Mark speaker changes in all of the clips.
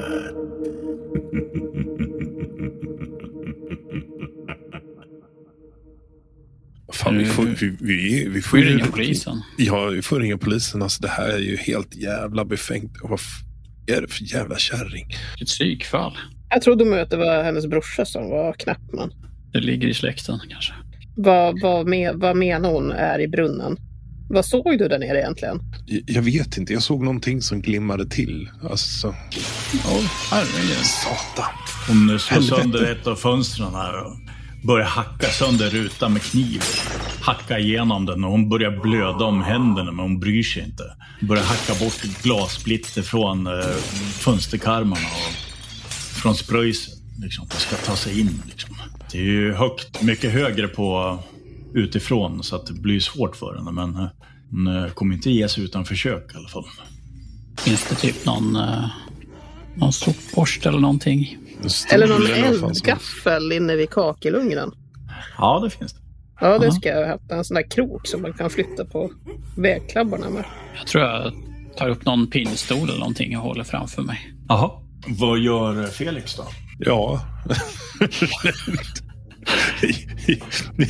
Speaker 1: Skräckblandat.
Speaker 2: Fan, vi får, vi, vi, vi får
Speaker 3: Mm. Får ju
Speaker 2: ju-
Speaker 3: ringa polisen.
Speaker 2: Ja, vi får ringa polisen. Alltså, det här är ju helt jävla befängt. Och vad f- är det för jävla kärring?
Speaker 3: Ett psykfall.
Speaker 4: Jag trodde nog att det var hennes brorsa som var knappman.
Speaker 3: Det ligger i släkten kanske.
Speaker 4: Vad, vad, me, vad menar hon är i brunnen? Vad såg du där nere egentligen?
Speaker 2: Jag, jag vet inte. Jag såg någonting som glimmade till. Alltså,
Speaker 3: Åh, herregud.
Speaker 2: satan.
Speaker 1: Hon slår
Speaker 2: Helvete.
Speaker 1: sönder ett av fönstren här och börjar hacka sönder rutan med kniv. Hacka igenom den och hon börjar blöda om händerna men hon bryr sig inte. Börjar hacka bort glassplitter från eh, fönsterkarmarna och från spröjset. Liksom, och ska ta sig in. Liksom. Det är ju högt, mycket högre på utifrån så att det blir svårt för henne. Men eh, hon eh, kommer inte ge sig utan försök i alla fall.
Speaker 3: Finns det typ någon, eh, någon sopborste eller någonting?
Speaker 2: En stol
Speaker 4: Eller någon
Speaker 2: vad fan som-
Speaker 4: eldgaffel inne vid kakelugnen?
Speaker 1: Ja, det finns det.
Speaker 4: Ja, det ska jag hämta. En sån där krok som man kan flytta på vägklabbarna med.
Speaker 3: Jag tror jag tar upp någon pinnstol eller någonting och håller framför mig.
Speaker 1: Jaha. Vad gör eh, Felix då?
Speaker 2: Ja.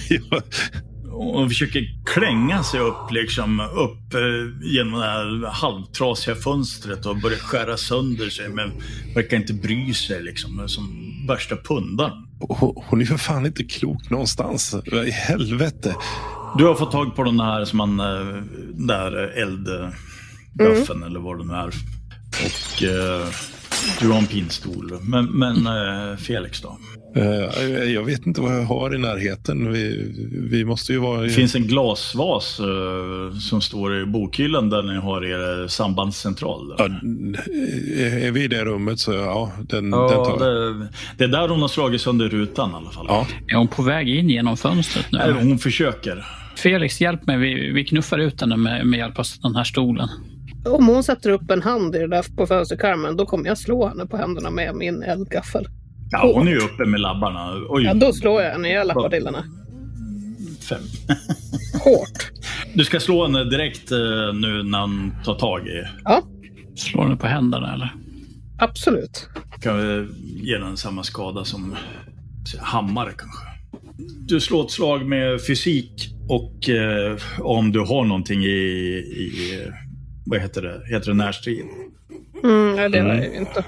Speaker 2: ja.
Speaker 1: och försöker klänga sig upp, liksom, upp eh, genom det här halvtrasiga fönstret och börjar skära sönder sig men verkar inte bry sig liksom, som värsta pundaren.
Speaker 2: Hon hon är för fan inte klok någonstans. Vad i helvete?
Speaker 1: Du har fått tag på den här som man, eh, den där eldböffen eller vad det nu är. Och eh, du har en pinstol. Men, men eh, Felix då?
Speaker 2: Eh, jag vet inte vad jag har i närheten. Vi, vi måste ju vara...
Speaker 1: Det finns en glasvas eh, som står i bokhyllan där ni har er sambandscentral.
Speaker 2: Ja, Eh, är- är vi i det rummet så ja, den, den
Speaker 1: Ja,
Speaker 2: tar jag.
Speaker 1: det, det är där hon har slagit sönder rutan i alla fall.
Speaker 2: Ja.
Speaker 3: Är hon på väg in genom fönstret nu?
Speaker 1: Eller hon försöker.
Speaker 3: Felix, hjälp mig. Vi, vi knuffar ut henne med, med hjälp av den här stolen.
Speaker 4: Om hon sätter upp en hand i det där på fönsterkarmen, då kommer jag slå henne på händerna med min eldgaffel.
Speaker 1: Ja, hon är ju uppe med labbarna. Oj,
Speaker 4: Ja, då slår jag henne i alla padillerna.
Speaker 1: fem.
Speaker 4: Hårt.
Speaker 1: Du ska slå henne direkt eh, nu när hon tar tag i.
Speaker 4: Ja,
Speaker 3: Slår henne på händerna eller?
Speaker 4: absolut.
Speaker 1: Kan vi ge den samma skada som hammare kanske. Du slår ett slag med fysik och eh, om du har någonting i, i eh, vad heter det, heter det närstrid?
Speaker 4: Mm, ja, det har jag ju inte.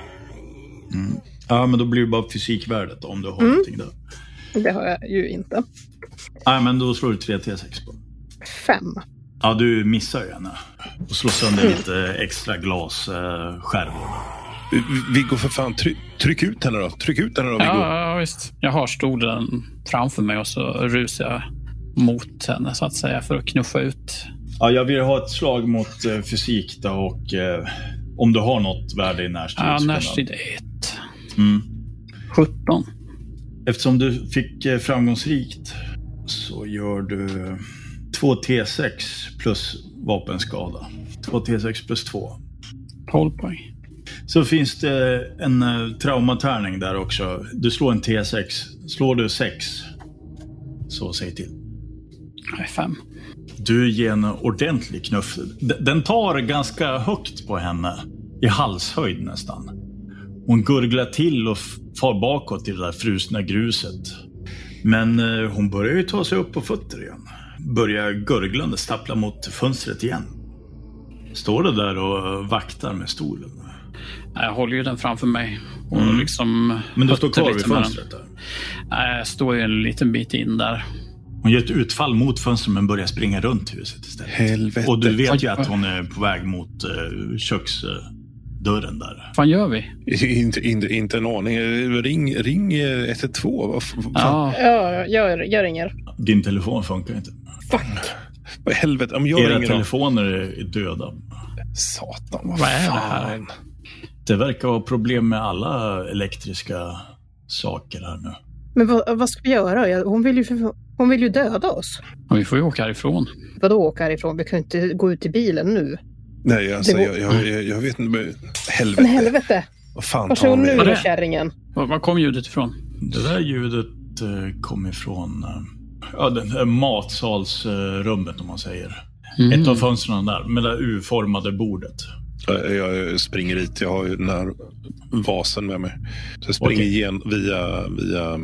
Speaker 1: Ja, men då blir det bara fysikvärdet då, om du har
Speaker 4: Mm.
Speaker 1: någonting där.
Speaker 4: Det har jag ju inte.
Speaker 1: Nej, men då slår du 3 T6 på.
Speaker 4: Fem.
Speaker 1: Ja, du missar ju henne. Och slår sönder lite extra eh, glasskärvor.
Speaker 2: Vi- Viggo, för fan, try, tryck ut henne då. Tryck ut henne då, Viggo.
Speaker 3: Ja, ja, visst. Jag har stolen framför mig och så rusar jag mot henne så att säga för att knuffa ut.
Speaker 1: Ja, jag vill ha ett slag mot eh, fysik då och eh, om du har något värde i närstrid.
Speaker 3: Ja,
Speaker 1: så kan
Speaker 3: närstrid 1.
Speaker 1: du- Mm.
Speaker 3: 17.
Speaker 1: Eftersom du fick eh, framgångsrikt så gör du 2 T6 plus vapenskada. 2 T6 plus 2.
Speaker 3: 12 poäng.
Speaker 1: Så finns det en eh, traumatärning där också. Du slår en T6. Slår du 6 så säg till.
Speaker 3: Nej, 5.
Speaker 1: Du ger en ordentlig knuff. D- Den tar ganska högt på henne. I halshöjd nästan. Hon gurglar till och f- far bakåt i det där frusna gruset. Men eh, hon börjar ju ta sig upp på fötter igen. Börjar gurglande stappla mot fönstret igen. Står du där och vaktar med stolen?
Speaker 3: Jag håller ju den framför mig. Och liksom
Speaker 1: Mm. Men du står
Speaker 3: hötter
Speaker 1: kvar
Speaker 3: lite
Speaker 1: vid
Speaker 3: med den.
Speaker 1: fönstret där?
Speaker 3: Nej, Jag står ju en liten bit in där.
Speaker 1: Hon gör ett utfall mot fönstret men börjar springa runt huset istället.
Speaker 2: Helvete.
Speaker 1: Och du vet
Speaker 3: Oj,
Speaker 1: ju att
Speaker 3: oj.
Speaker 1: hon är på väg mot eh, köksdörren där.
Speaker 3: Vad fan gör vi?
Speaker 2: Inte, inte, inte en aning. Ring, ring eh, 112. Vad, f- fan,
Speaker 3: Ja,
Speaker 4: Ja, jag, jag ringer.
Speaker 1: Din telefon funkar inte.
Speaker 4: Fuck.
Speaker 2: vad i helvete. Om jag
Speaker 1: Era
Speaker 2: ringer då.
Speaker 1: telefoner är döda.
Speaker 2: Satan, vad,
Speaker 3: Vad är det
Speaker 2: fan.
Speaker 3: här?
Speaker 1: Det verkar vara problem med alla elektriska saker här nu.
Speaker 4: Men vad, vad ska vi göra? Jag- Hon vill, ju, för- hon vill ju döda oss.
Speaker 3: och vi får ju åka härifrån.
Speaker 4: Vadå åka härifrån? Vi kan ju inte gå ut i bilen nu.
Speaker 2: Nej, alltså,
Speaker 4: Det var-
Speaker 2: jag, jag, jag, jag vet inte. men- Helvete.
Speaker 4: Men helvete!
Speaker 2: Vad fan tar
Speaker 4: Varsågod
Speaker 2: han
Speaker 4: nu
Speaker 2: med?
Speaker 3: det?
Speaker 4: då kärringen.
Speaker 3: Var, var kom ljudet ifrån?
Speaker 1: Det där ljudet eh, kom ifrån eh, ja, den här matsalsrummet om man säger.
Speaker 3: Mm.
Speaker 1: Ett av fönstren där, med det där U-formade bordet.
Speaker 2: Jag, Eh, jag springer dit. Jag har ju den här vasen med mig. Så jag springer
Speaker 1: Okej.
Speaker 2: igen via, via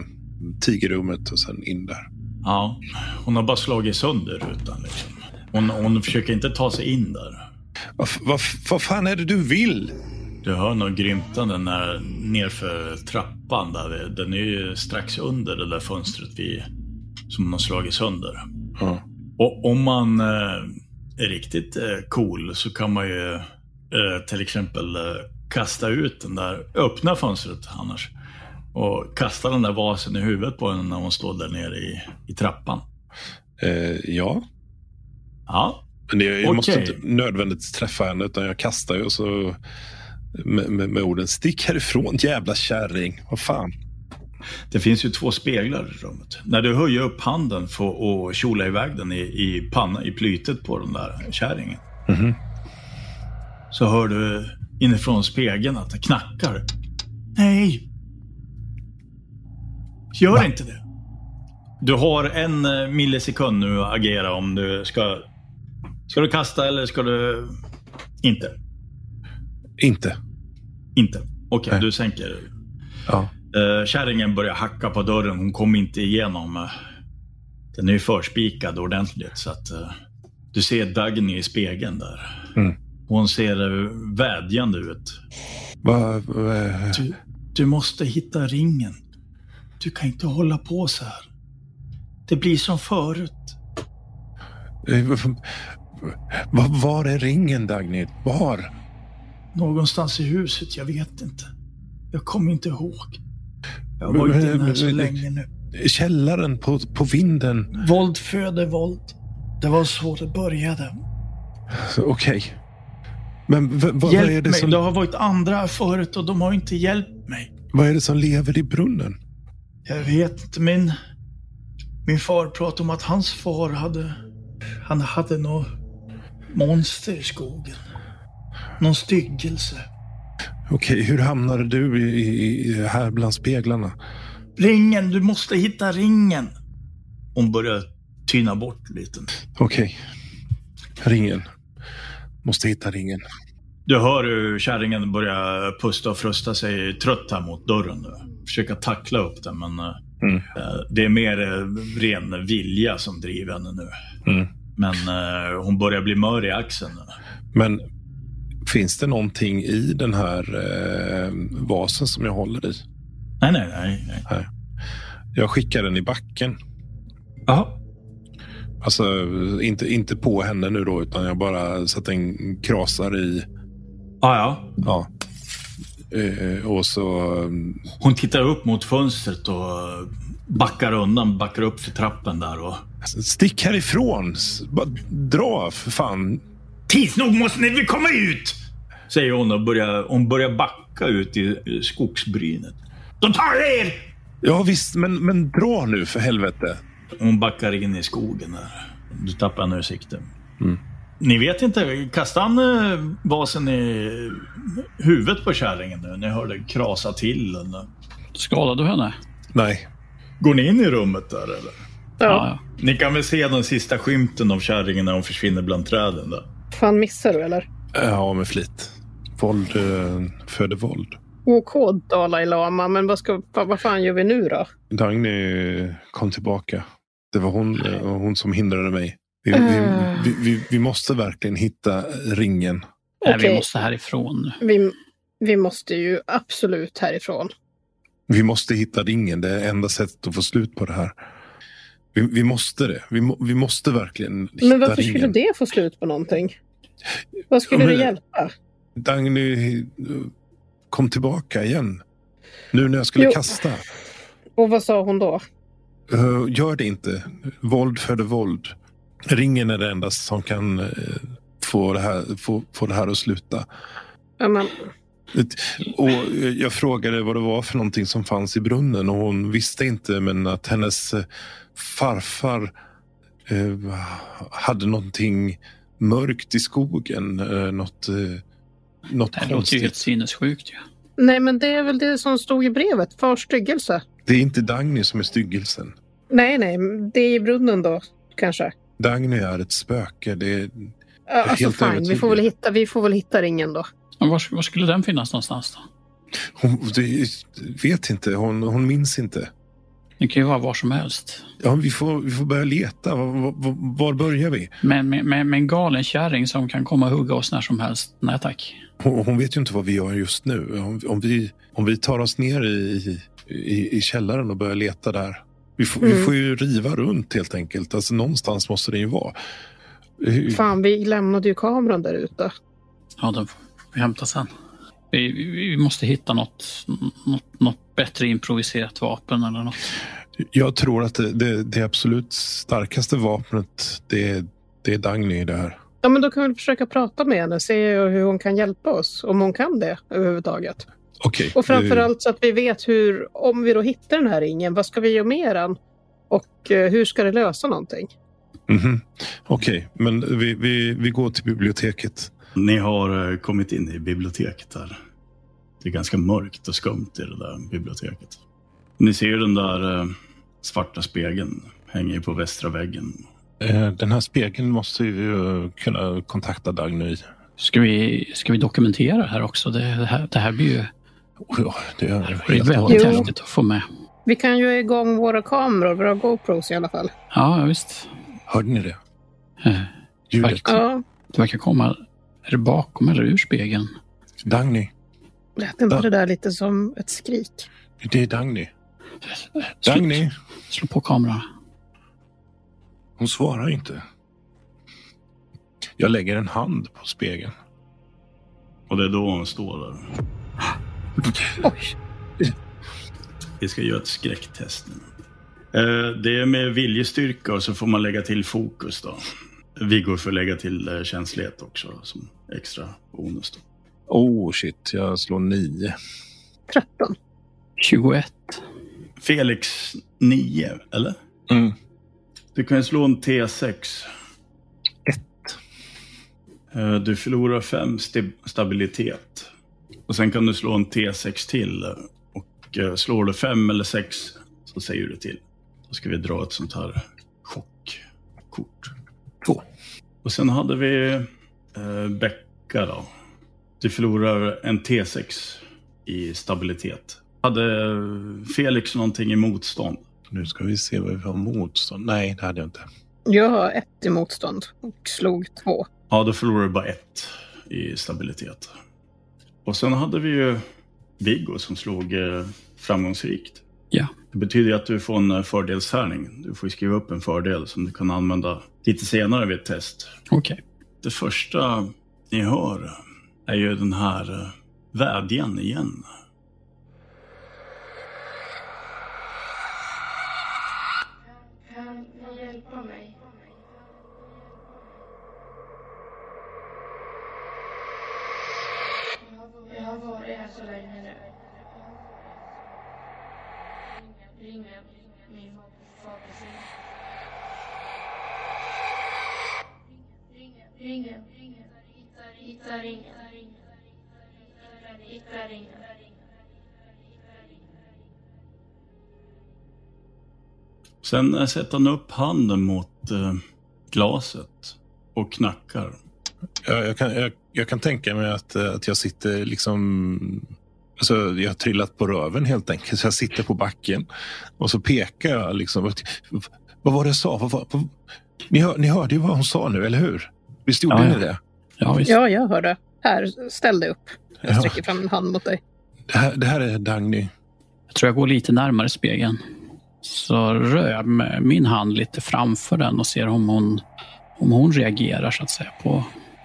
Speaker 2: tigerrummet och sen in där.
Speaker 1: Ja, hon har bara slagit sönder rutan liksom. Hon, hon försöker inte ta sig in där.
Speaker 2: Vad vad- vad fan är det du vill?
Speaker 1: Du hör nog grymtande när, nerför trappan där. Den är ju strax under det där fönstret vi, som hon har slagit sönder.
Speaker 2: Ja.
Speaker 1: Och om man eh, är riktigt eh, cool så kan man ju eh, till exempel eh, kasta ut den där, öppna fönstret annars. Och kasta den där vasen i huvudet på henne när hon står där nere i, i trappan.
Speaker 2: Eh, ja.
Speaker 1: Ja,
Speaker 2: Men det, jag måste
Speaker 1: Okej.
Speaker 2: inte nödvändigtvis träffa henne utan jag kastar ju och så med, med, med orden stick härifrån jävla kärring. Vad fan.
Speaker 1: det finns ju två speglar i rummet. När du höjer upp handen för och kjola iväg den i, i panna, i plytet på den där kärringen.
Speaker 2: Mhm.
Speaker 1: Så hör du inifrån spegeln att det knackar. Nej! Gör inte det. Du har en eh, millisekund nu att agera om du ska... Ska du kasta eller ska du... Inte.
Speaker 2: Inte.
Speaker 1: Inte. Okej,
Speaker 2: Nej.
Speaker 1: du sänker.
Speaker 2: Ja.
Speaker 1: Eh, Kärringen börjar hacka på dörren. Hon kom inte igenom. eh. Den är ju förspikad ordentligt så att... eh, Du ser Dagny i spegeln där.
Speaker 2: Mm.
Speaker 1: Hon ser eh, vädjande ut.
Speaker 2: Va, va, eh,
Speaker 1: Du, du måste hitta ringen. Du kan inte hålla på så här. Det blir som förut.
Speaker 2: eh, va, var är ringen Dagny? Var?
Speaker 1: Någonstans i huset, jag vet inte. Jag kommer inte ihåg. Jag har varit inne här så länge nu.
Speaker 2: Källaren på, på vinden.
Speaker 1: Våld föder våld. Det var så det började.
Speaker 2: Så, Okej. Men v, vad, vad, är
Speaker 1: Hjälp
Speaker 2: det
Speaker 1: mig,
Speaker 2: som,
Speaker 1: det har varit andra här förut och de har inte hjälpt mig.
Speaker 2: vad är det som lever i brunnen?
Speaker 1: Jag vet inte, min, min far pratade om att hans far hade, han hade något monster i skogen. Någon styggelse.
Speaker 2: Okej, hur hamnade du i, i, i, här bland speglarna?
Speaker 1: Ringen, du måste hitta ringen. Hon börjar tyna bort lite.
Speaker 2: Okej. Ringen. Måste hitta ringen.
Speaker 1: Du hör hur kärringen börjar pusta och frusta sig trött här mot dörren nu. Försöka tackla upp den, men eh,
Speaker 2: Mm.
Speaker 1: eh, det är mer eh, ren vilja som driver henne nu.
Speaker 2: Mm.
Speaker 1: Men eh, hon börjar bli mör i axeln nu.
Speaker 2: Men finns det någonting i den här eh, vasen som jag håller i?
Speaker 1: Nej, nej, nej. nej.
Speaker 2: Jag skickar den i backen.
Speaker 1: Aha.
Speaker 2: Alltså inte, inte på henne nu då, utan jag bara så att den krasar i.
Speaker 1: Ah, ja.
Speaker 2: Ja. Eh, och så... mm,
Speaker 1: Hon tittar upp mot fönstret och eh, backar undan, backar upp för trappen där. Och...
Speaker 2: Stick härifrån! S- Bara dra för fan.
Speaker 1: Tids nog måste ni väl komma ut! Säger hon och börjar, hon börjar backa ut i eh, skogsbrynet. De tar er!
Speaker 2: Ja visst, men, men dra nu för helvete.
Speaker 1: Hon backar in i skogen där. Du tappar henne ur sikte.
Speaker 2: Mm.
Speaker 1: Ni vet inte, kastade han eh, vasen i huvudet på kärringen nu? Ni hörde krasa till. Eller?
Speaker 3: Skadade du henne?
Speaker 2: Nej.
Speaker 1: Går ni in i rummet där eller?
Speaker 4: Ja,
Speaker 1: Ni kan väl se den sista skymten av kärringen när hon försvinner bland träden där?
Speaker 4: fan missar du eller?
Speaker 2: Ja, med flit. Våld eh, föder våld.
Speaker 4: OK Dalai Lama, men vad, ska, vad, vad fan gör vi nu då?
Speaker 2: Dagny kom tillbaka. Det var hon, eh, hon som hindrade mig. Vi,
Speaker 4: Ah.
Speaker 2: vi, vi, vi, vi måste verkligen hitta ringen.
Speaker 3: Nej,
Speaker 4: Okej.
Speaker 3: vi måste härifrån nu.
Speaker 4: Vi, vi måste ju absolut härifrån.
Speaker 2: Vi måste hitta ringen. Det är enda sättet att få slut på det här. Vi, vi måste det. Vi, må, vi måste verkligen hitta
Speaker 4: Men varför skulle
Speaker 2: ringen.
Speaker 4: det få slut på någonting? Vad skulle
Speaker 2: Ja, men-
Speaker 4: det hjälpa?
Speaker 2: Dagny eh, kom tillbaka igen. Nu när jag skulle
Speaker 4: Jo.
Speaker 2: kasta.
Speaker 4: Och vad sa hon då?
Speaker 2: Eh, Gör det inte. Våld föder våld. Ringen är det enda som kan eh, få det här, få, få det här att sluta.
Speaker 4: Ja, men,
Speaker 2: Och eh, jag frågade vad det var för någonting som fanns i brunnen och hon visste inte men att hennes eh, farfar eh, hade någonting mörkt i skogen. eh, Något, eh, något
Speaker 3: Det här låter ju helt
Speaker 2: konstigt.
Speaker 3: sinnessjukt ju.
Speaker 4: Nej, men det är väl det som stod i brevet. Förstyggelse.
Speaker 2: Det är inte Dagny som är styggelsen.
Speaker 4: Nej, nej, det är i brunnen då, kanske.
Speaker 2: Dagny är ett spöke. Det är,
Speaker 4: Ja, Alltså,
Speaker 2: helt
Speaker 4: fine. Vi
Speaker 2: övertygad.
Speaker 4: får, väl hitta, vi får väl hitta ringen då.
Speaker 3: Men var, var skulle den finnas någonstans då?
Speaker 2: hon det, vet inte. Hon, hon minns inte.
Speaker 3: Det kan ju vara var som helst.
Speaker 2: Ja, vi, får, vi får börja leta. Var, var, var börjar vi?
Speaker 3: Men med, med, med en galen kärring som kan komma och hugga oss när som helst. Nej tack.
Speaker 2: Hon, hon vet ju inte vad vi gör just nu. Om, om, vi, om vi tar oss ner i, i, i källaren och börjar leta där. Vi får, vi
Speaker 4: Mm.
Speaker 2: får ju riva runt helt enkelt. Alltså, någonstans måste det ju vara. Hur-
Speaker 4: Fan, vi lämnade ju kameran där ute.
Speaker 3: Ja, den får vi hämta sen. Vi, vi vi måste hitta något, något, något bättre improviserat vapen eller något.
Speaker 2: Jag tror att det, det, det absolut starkaste vapnet, det, det är Dagny i det här.
Speaker 4: Ja, men då kan vi försöka prata med henne, se hur hon kan hjälpa oss, om hon kan det överhuvudtaget.
Speaker 2: Okej.
Speaker 4: Och
Speaker 2: eh,
Speaker 4: framförallt så att vi vet hur, om vi då hittar den här ringen, vad ska vi göra med den? Och eh, hur ska det lösa någonting?
Speaker 2: mhm. Okej, men vi, vi, vi går till biblioteket.
Speaker 1: Ni har eh, kommit in i biblioteket här. Det är ganska mörkt och skumt i det där biblioteket. Ni ser ju den där eh, svarta spegeln hänger ju på västra väggen.
Speaker 2: Eh, Den här spegeln måste vi ju kunna kontakta Dagny i.
Speaker 3: Ska vi, ska vi dokumentera det här också? Det, det, här, det här blir ju
Speaker 2: Oh, ja, det är
Speaker 3: det blir
Speaker 2: helt
Speaker 3: väldigt
Speaker 4: Jo.
Speaker 3: häftigt att få med.
Speaker 4: Vi kan ju ha igång våra kameror, våra GoPros i alla fall.
Speaker 3: Ja, ja, visst.
Speaker 2: Hörde ni det?
Speaker 3: Eh,
Speaker 2: Ljudet.
Speaker 3: Faktiskt.
Speaker 4: Ja,
Speaker 3: Det verkar komma är det bakom eller ur spegeln.
Speaker 2: Dagny.
Speaker 4: lät inte
Speaker 2: Ja.
Speaker 4: det där lite som ett skrik?
Speaker 2: Det är Dagny.
Speaker 3: Slå-
Speaker 2: Dagny.
Speaker 3: Slå på kameran.
Speaker 2: Hon svarar inte. Jag lägger en hand på spegeln.
Speaker 1: Och det är då hon står där.
Speaker 4: Oj,
Speaker 1: Vi ska göra ett skräcktest nu. Eh, Det är med viljestyrka och så får man lägga till fokus då. Viggo får lägga till eh, känslighet också som extra bonus då.
Speaker 2: Oh shit, jag slår nio.
Speaker 4: 13.
Speaker 3: 21.
Speaker 1: Felix 9, eller?
Speaker 2: Mm.
Speaker 1: Du kan ju slå en T6. Eh, Du förlorar 5 stabilitet. Och sen kan du slå en T6 till. eh, Och eh, slår du 5 eller 6 så säger du till. Då ska vi dra ett sånt här chockkort.
Speaker 2: Två.
Speaker 1: Och sen hade vi eh, Becka då. Du förlorar en T6 i stabilitet. Hade Felix någonting i motstånd?
Speaker 2: Nu ska vi se vad vi har motstånd. Nej, det hade jag inte.
Speaker 4: Jag har ett i motstånd och slog två.
Speaker 1: Ja, då förlorar du bara ett i stabilitet. Och sen hade vi ju Viggo som slog eh, framgångsrikt.
Speaker 3: Ja.
Speaker 1: Det betyder ju att du får en eh, fördelstärning. Du får ju skriva upp en fördel som du kan använda lite senare vid ett test.
Speaker 3: Okej.
Speaker 1: Det första ni hör är ju den här eh, vädjan igen.
Speaker 5: Kan ni hjälpa mig? Jag har varit här så länge nu. Ring min faders ring. Ringen. Hitta ringen. Hitta ringen.
Speaker 1: Sen eh, sätter han upp handen mot eh, glaset och knackar.
Speaker 2: Jag, jag, kan, jag, jag kan tänka mig att, eh, att jag sitter liksom... Alltså, jag har trillat på röven helt enkelt. Så jag sitter på backen och så pekar jag liksom. att- Vad var det jag sa? Vad, var- vad, ni, hör, ni hörde ju vad hon sa nu, eller hur? Visst gjorde
Speaker 3: Ja,
Speaker 2: ni
Speaker 3: ja.
Speaker 2: det?
Speaker 3: Ja, visst.
Speaker 4: Ja, jag hörde. Här, ställ dig upp. Jag
Speaker 2: Ja.
Speaker 4: sträcker fram en hand mot dig.
Speaker 2: Det här, det här är Dagny.
Speaker 3: Jag tror jag går lite närmare spegeln. Så rör jag med min hand lite framför den och ser om hon, om hon reagerar så att säga på,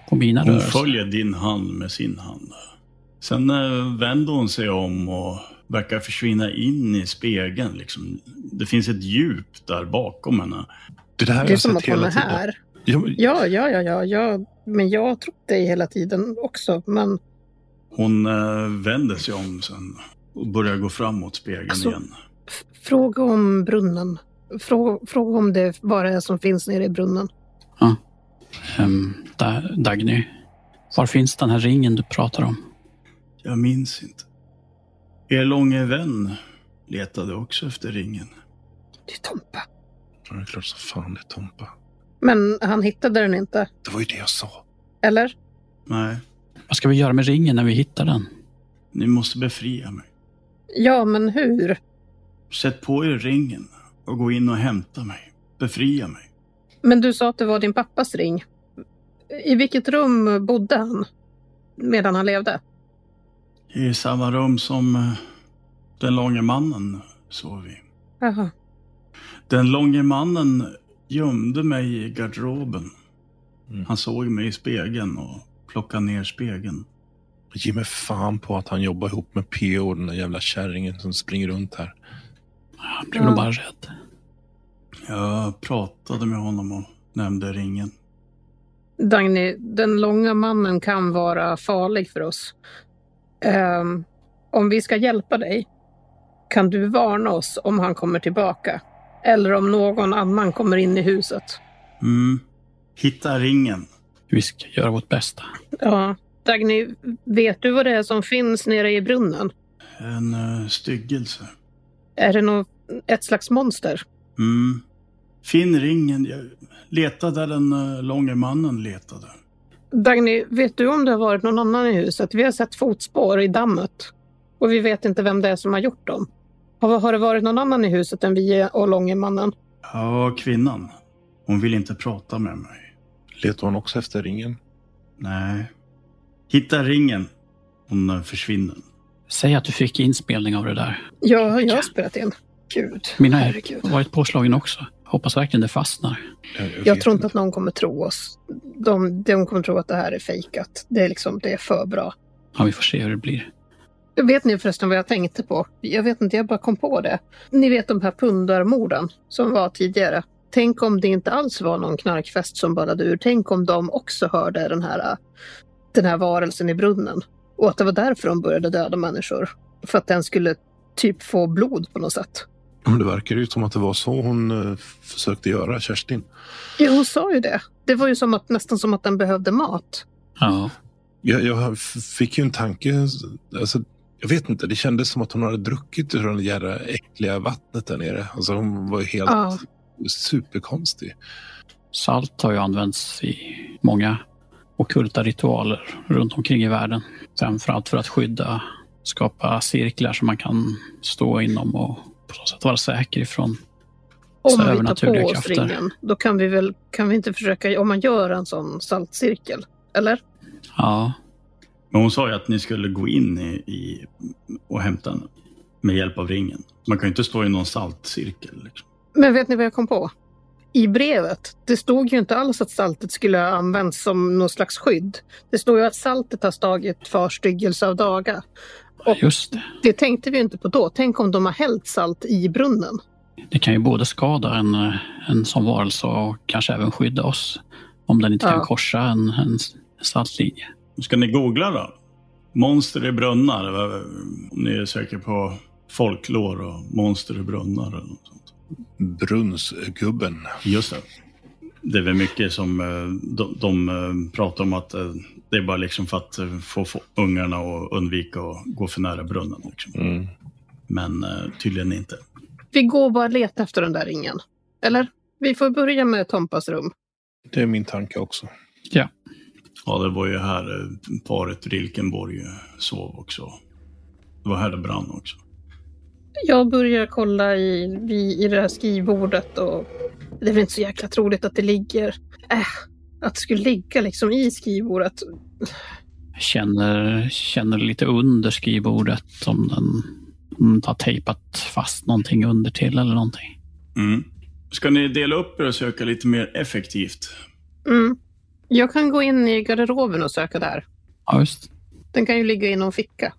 Speaker 3: på mina
Speaker 1: Hon
Speaker 3: rörelser.
Speaker 1: följer din hand med sin hand. Sen eh, vänder hon sig om och verkar försvinna in i spegeln. Liksom. Det finns ett djup där bakom henne.
Speaker 2: Det, där har
Speaker 4: Det är
Speaker 2: jag
Speaker 4: som
Speaker 2: sett
Speaker 4: att hon
Speaker 2: hela
Speaker 4: är
Speaker 2: tiden.
Speaker 4: här.
Speaker 2: Ja, men-
Speaker 4: Ja, ja, ja, ja, ja. Men jag har trott dig hela tiden också. Men
Speaker 1: Hon eh, vänder sig om sen och börjar gå fram mot spegeln
Speaker 4: Alltså-
Speaker 1: igen.
Speaker 4: f- fråga om brunnen. Fråga, fråga om det vad det är som finns nere i brunnen.
Speaker 3: Ehm, da, Dagny, var finns den här ringen du pratar om?
Speaker 1: Jag minns inte. Er långe vän letade också efter ringen.
Speaker 4: Det är Tompa.
Speaker 2: Ja, Det är klart som fan det är Tompa.
Speaker 4: Men han hittade den inte,
Speaker 2: Det var ju det jag sa.
Speaker 4: eller?
Speaker 1: Nej,
Speaker 3: Vad ska vi göra med ringen när vi hittar den?
Speaker 1: ni måste befria mig.
Speaker 4: Ja, men hur?
Speaker 1: Sätt på er ringen och gå in och hämta mig. Befria mig.
Speaker 4: Men du sa att det var din pappas ring. I vilket rum bodde han medan han levde?
Speaker 1: I samma rum som eh, den långe mannen sov i.
Speaker 4: Jaha.
Speaker 1: Den långe mannen gömde mig i garderoben.
Speaker 2: Mm.
Speaker 1: Han såg mig i spegeln och plockade ner spegeln.
Speaker 2: Ge mig fan på att han jobbar ihop med P.O. Den där jävla kärringen som springer runt här.
Speaker 3: Han blev
Speaker 4: Ja.
Speaker 3: nog bara rädd.
Speaker 1: Jag pratade med honom och nämnde ringen.
Speaker 4: Dagny, den långa mannen kan vara farlig för oss. Ehm, om vi ska hjälpa dig, kan du varna oss om han kommer tillbaka? Eller om någon annan kommer in i huset?
Speaker 1: Mm. Hitta ringen.
Speaker 3: Vi ska göra vårt bästa.
Speaker 4: Ja. Dagny, vet du vad det är som finns nere i brunnen?
Speaker 1: En eh, styggelse.
Speaker 4: Är det något, ett slags monster?
Speaker 1: Mm. Finn ringen. Jag letade där den eh, långe mannen letade.
Speaker 4: Dagny, vet du om det har varit någon annan i huset? Vi har sett fotspår i dammet och vi vet inte vem det är som har gjort dem. Har, har det varit någon annan i huset än vi och Långemannen?
Speaker 1: Ja, kvinnan. Hon vill inte prata med mig.
Speaker 2: Letar hon också efter ringen?
Speaker 1: Nej. Hitta ringen. Hon eh, försvinner.
Speaker 3: Säg att du fick inspelning av det där.
Speaker 4: Ja, jag har spelat in. Gud,
Speaker 3: Mina har
Speaker 4: herregud.
Speaker 3: varit påslagen också. Hoppas verkligen det fastnar.
Speaker 2: Jag, jag
Speaker 4: Jag
Speaker 2: vet
Speaker 4: tror inte att någon kommer tro oss. De, de kommer tro att det här är fejkat. Det är liksom, det är för bra.
Speaker 3: Ja, vi får se hur det blir.
Speaker 4: Vet ni förresten vad jag tänkte på? Jag vet inte, jag bara kom på det. Ni vet de här pundarmorden som var tidigare. Tänk om det inte alls var någon knarkfest som ballade ur. Tänk om de också hörde den här, äh, den här varelsen i brunnen. Och att det var därför de började döda människor. För att den skulle typ få blod på något sätt.
Speaker 2: Ja, Men det verkar ju som att det var så hon eh, försökte göra, Kerstin.
Speaker 4: Ja, hon sa ju det. Det var ju som att, nästan som att den behövde mat.
Speaker 3: Ja,
Speaker 2: Jag, jag f- fick ju en tanke. Alltså, jag vet inte, det kändes som att hon hade druckit ur det jävla äckliga vattnet där nere. Alltså, hon var ju helt
Speaker 4: Ja.
Speaker 2: superkonstig.
Speaker 3: salt har ju använts i många ockulta ritualer runt omkring i världen. Framförallt för att skydda, skapa cirklar som man kan stå inom och på så sätt vara säker ifrån. Så
Speaker 4: Om vi tar
Speaker 3: övernaturliga
Speaker 4: på oss
Speaker 3: krafter.
Speaker 4: ringen, då kan vi väl, kan vi inte försöka, om man gör en sån saltcirkel, eller?
Speaker 3: Ja,
Speaker 1: Men hon sa ju att ni skulle gå in i, i och hämta henne med hjälp av ringen. Man kan ju inte stå i någon saltcirkel. Liksom.
Speaker 4: Men vet ni vad jag kom på? I brevet, det stod ju inte alls att saltet skulle ha använts som någon slags skydd. Det stod ju att saltet har stagit för styggelse av daga. Och-
Speaker 3: just det.
Speaker 4: Det tänkte vi ju inte på då. Tänk om de har hällt salt i brunnen.
Speaker 3: Det kan ju både skada en, eh, en sån varelse och kanske även skydda oss om den inte
Speaker 4: Ja.
Speaker 3: kan korsa en, en saltlinje.
Speaker 1: Ska ni googla då? Monster i brunnar. va? Om ni söker på folklor och monster i brunnar. Eller något sånt.
Speaker 2: Brunnsgubben.
Speaker 1: Just det. Det är väl mycket som eh, de, de eh, pratar om att eh, det är bara liksom för att eh, få, få ungarna att undvika att gå för nära brunnen. Liksom.
Speaker 2: Mm.
Speaker 1: Men eh, tydligen inte.
Speaker 4: Vi går bara och letar efter den där ringen. Eller? Vi får börja med Tompas rum.
Speaker 2: Det är min tanke också.
Speaker 1: Ja, det var ju här eh, paret Rilkenborg eh, sov också. Det var här det brann också.
Speaker 4: Jag börjar kolla i, i, i det här skrivbordet och det är väl inte så jäkla troligt att det ligger... Äh, att det skulle ligga liksom i skrivbordet.
Speaker 3: Känner, känner lite under skrivbordet om den, om den har tejpat fast någonting under till eller någonting.
Speaker 1: Mm. Ska ni dela upp er och söka lite mer effektivt?
Speaker 4: Mm. Jag kan gå in i garderoben och söka där.
Speaker 3: Ja, just.
Speaker 4: Den kan ju ligga i någon ficka.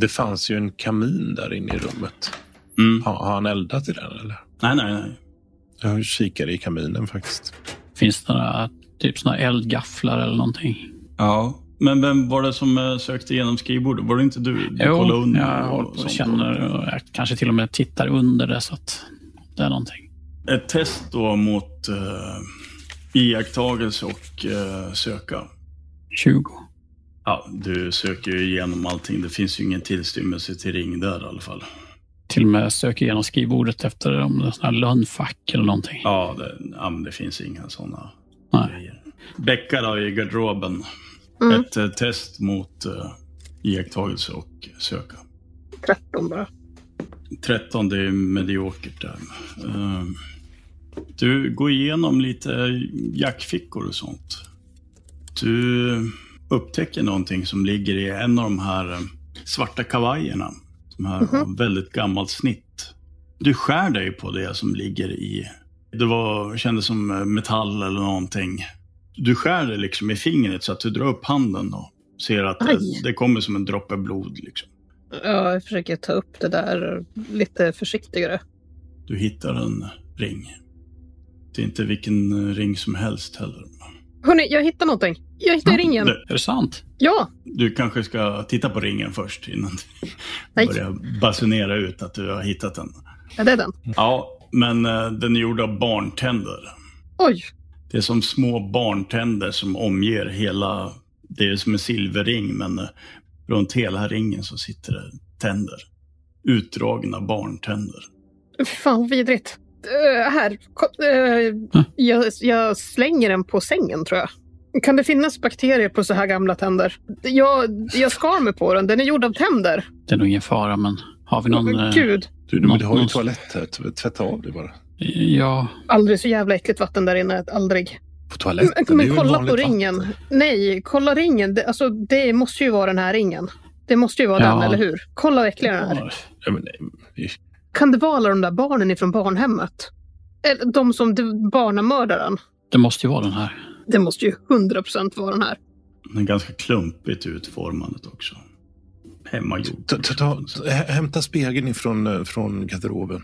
Speaker 2: Det fanns ju en kamin där inne i rummet.
Speaker 1: Mm.
Speaker 2: Har, har han eldat i den eller?
Speaker 1: Nej, nej, nej.
Speaker 2: Jag kikade i kaminen faktiskt.
Speaker 3: Finns det några typ såna här eldgafflar eller någonting?
Speaker 1: Ja. Men vem var det som eh, sökte igenom skrivbordet? Var det inte du? du kollade
Speaker 3: Jo,
Speaker 1: under
Speaker 3: jag
Speaker 1: och
Speaker 3: håller på och
Speaker 1: sånt.
Speaker 3: känner och jag kanske till och med tittar under det så att det är någonting.
Speaker 1: Ett test då mot eh, Iakttagelse och eh, söka.
Speaker 3: 20.
Speaker 1: Ja, du söker ju igenom allting. Det finns ju ingen tillstymmelse till ring där i alla fall.
Speaker 3: Till och med söker igenom skrivbordet efter om det är sån här lönnfack eller någonting.
Speaker 1: Ja, det, ja men det finns inga sådana
Speaker 3: Nej.
Speaker 1: grejer. Beckar har i garderoben
Speaker 4: Mm.
Speaker 1: ett eh, test mot eh, iakttagelse och söka.
Speaker 4: 13 bara.
Speaker 1: 13, det är mediokert där. Eh, Du går igenom lite jackfickor och sånt. Du upptäcker någonting som ligger i en av de här eh, svarta kavajerna. De här av väldigt gammalt snitt. Du skär dig på det som ligger i. Det var, kändes som eh, metall eller någonting. Du skär dig liksom i fingret så att du drar upp handen och ser att det,
Speaker 4: Aj.
Speaker 1: det kommer som en droppe blod. Liksom.
Speaker 4: Ja, jag försöker ta upp det där lite försiktigare.
Speaker 1: Du hittar en ring. Det är inte vilken eh, ring som helst heller.
Speaker 4: Hörni, jag hittar någonting. Jag hittar ringen.
Speaker 1: Du,
Speaker 3: Är det sant?
Speaker 4: Ja,
Speaker 1: du kanske ska titta på ringen först innan du
Speaker 4: Nej.
Speaker 1: börjar basunera ut att du har hittat den.
Speaker 4: är det är den?
Speaker 1: Ja, men eh, den är gjord av barntänder.
Speaker 4: Oj,
Speaker 1: Det är som små barntänder som omger hela... Det är som en silverring, men eh, runt hela ringen så sitter det tänder. Utdragna barntänder.
Speaker 4: fan vad vidrigt. Eh, här, ko- eh,
Speaker 3: Mm.
Speaker 4: jag, jag slänger den på sängen tror jag. Kan det finnas bakterier på så här gamla tänder? Jag, jag skar mig på den, den är gjord av tänder.
Speaker 3: Det är nog ingen fara, men har vi någon...
Speaker 4: Men
Speaker 3: eh,
Speaker 4: Gud,
Speaker 2: Du, men du
Speaker 3: Nå-
Speaker 2: har ju
Speaker 3: någon-
Speaker 2: toalett här. T- Tvätta av det bara.
Speaker 3: Ja,
Speaker 4: aldrig så jävla äckligt vatten där inne, aldrig.
Speaker 2: På toaletten?
Speaker 4: Men,
Speaker 2: det är ju
Speaker 4: men
Speaker 2: en
Speaker 4: kolla
Speaker 2: vanlig
Speaker 4: på ringen.
Speaker 2: vatten.
Speaker 4: Nej, kolla ringen. Det, alltså, det måste ju vara den här ringen. Det måste ju vara
Speaker 3: Ja.
Speaker 4: den, eller hur? Kolla vad äcklig den är.
Speaker 2: Ja, men, nej, men-
Speaker 4: Kan det vara alla de där barnen ifrån barnhemmet? Eller de som du- barnamördaren?
Speaker 3: det måste ju vara den här.
Speaker 4: Det måste ju 100% vara den här.
Speaker 1: Den är ganska klumpigt utformandet också. Hemmagjord.
Speaker 2: ta, ta, ta, ta, hä- hämta spegeln ifrån eh, från garderoben.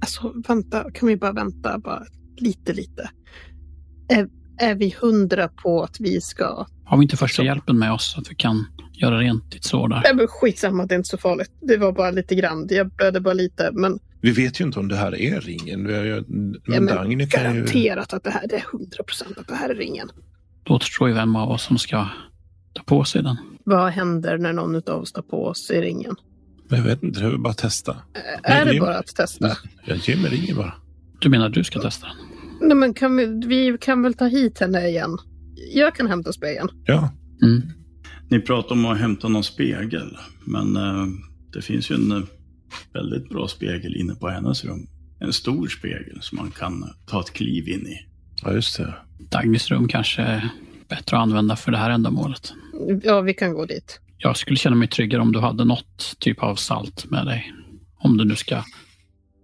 Speaker 4: Alltså vänta, kan vi bara vänta bara lite lite? Är, är vi hundra på att vi ska...
Speaker 3: Har vi inte första hjälpen med oss så att vi kan göra rent ditt sår där?
Speaker 4: Nej men skitsamma, det är inte så farligt. Det var bara lite grann. Jag blödde bara lite, men
Speaker 2: Vi vet ju inte om det här är ringen. Vi har ju- Men,
Speaker 4: men
Speaker 2: Dagny kan ju...
Speaker 4: garanterat att det här det är 100% att det här är ringen.
Speaker 3: Då återstår ju vem av oss som ska ta på sig den.
Speaker 4: Vad händer när någon utav oss tar på oss i ringen?
Speaker 2: Men Jag vet inte, det är väl bara att testa.
Speaker 4: är
Speaker 2: Nej,
Speaker 4: det
Speaker 2: det-
Speaker 4: bara att testa?
Speaker 2: Jag ger mig ringen bara.
Speaker 3: Du menar du ska testa den?
Speaker 4: Nej men kan vi, vi kan väl ta hit henne igen? Jag kan hämta spegeln.
Speaker 2: Ja,
Speaker 3: Mm.
Speaker 1: Ni pratar om att hämta någon spegel, men eh, det finns ju en eh, väldigt bra spegel inne på hennes rum. En stor spegel som man kan eh, ta ett kliv in i.
Speaker 2: ja just det.
Speaker 3: Dagnys rum kanske är bättre att använda för det här ändamålet.
Speaker 4: Ja, vi kan gå dit.
Speaker 3: Jag skulle känna mig tryggare om du hade något typ av salt med dig. Om du nu ska,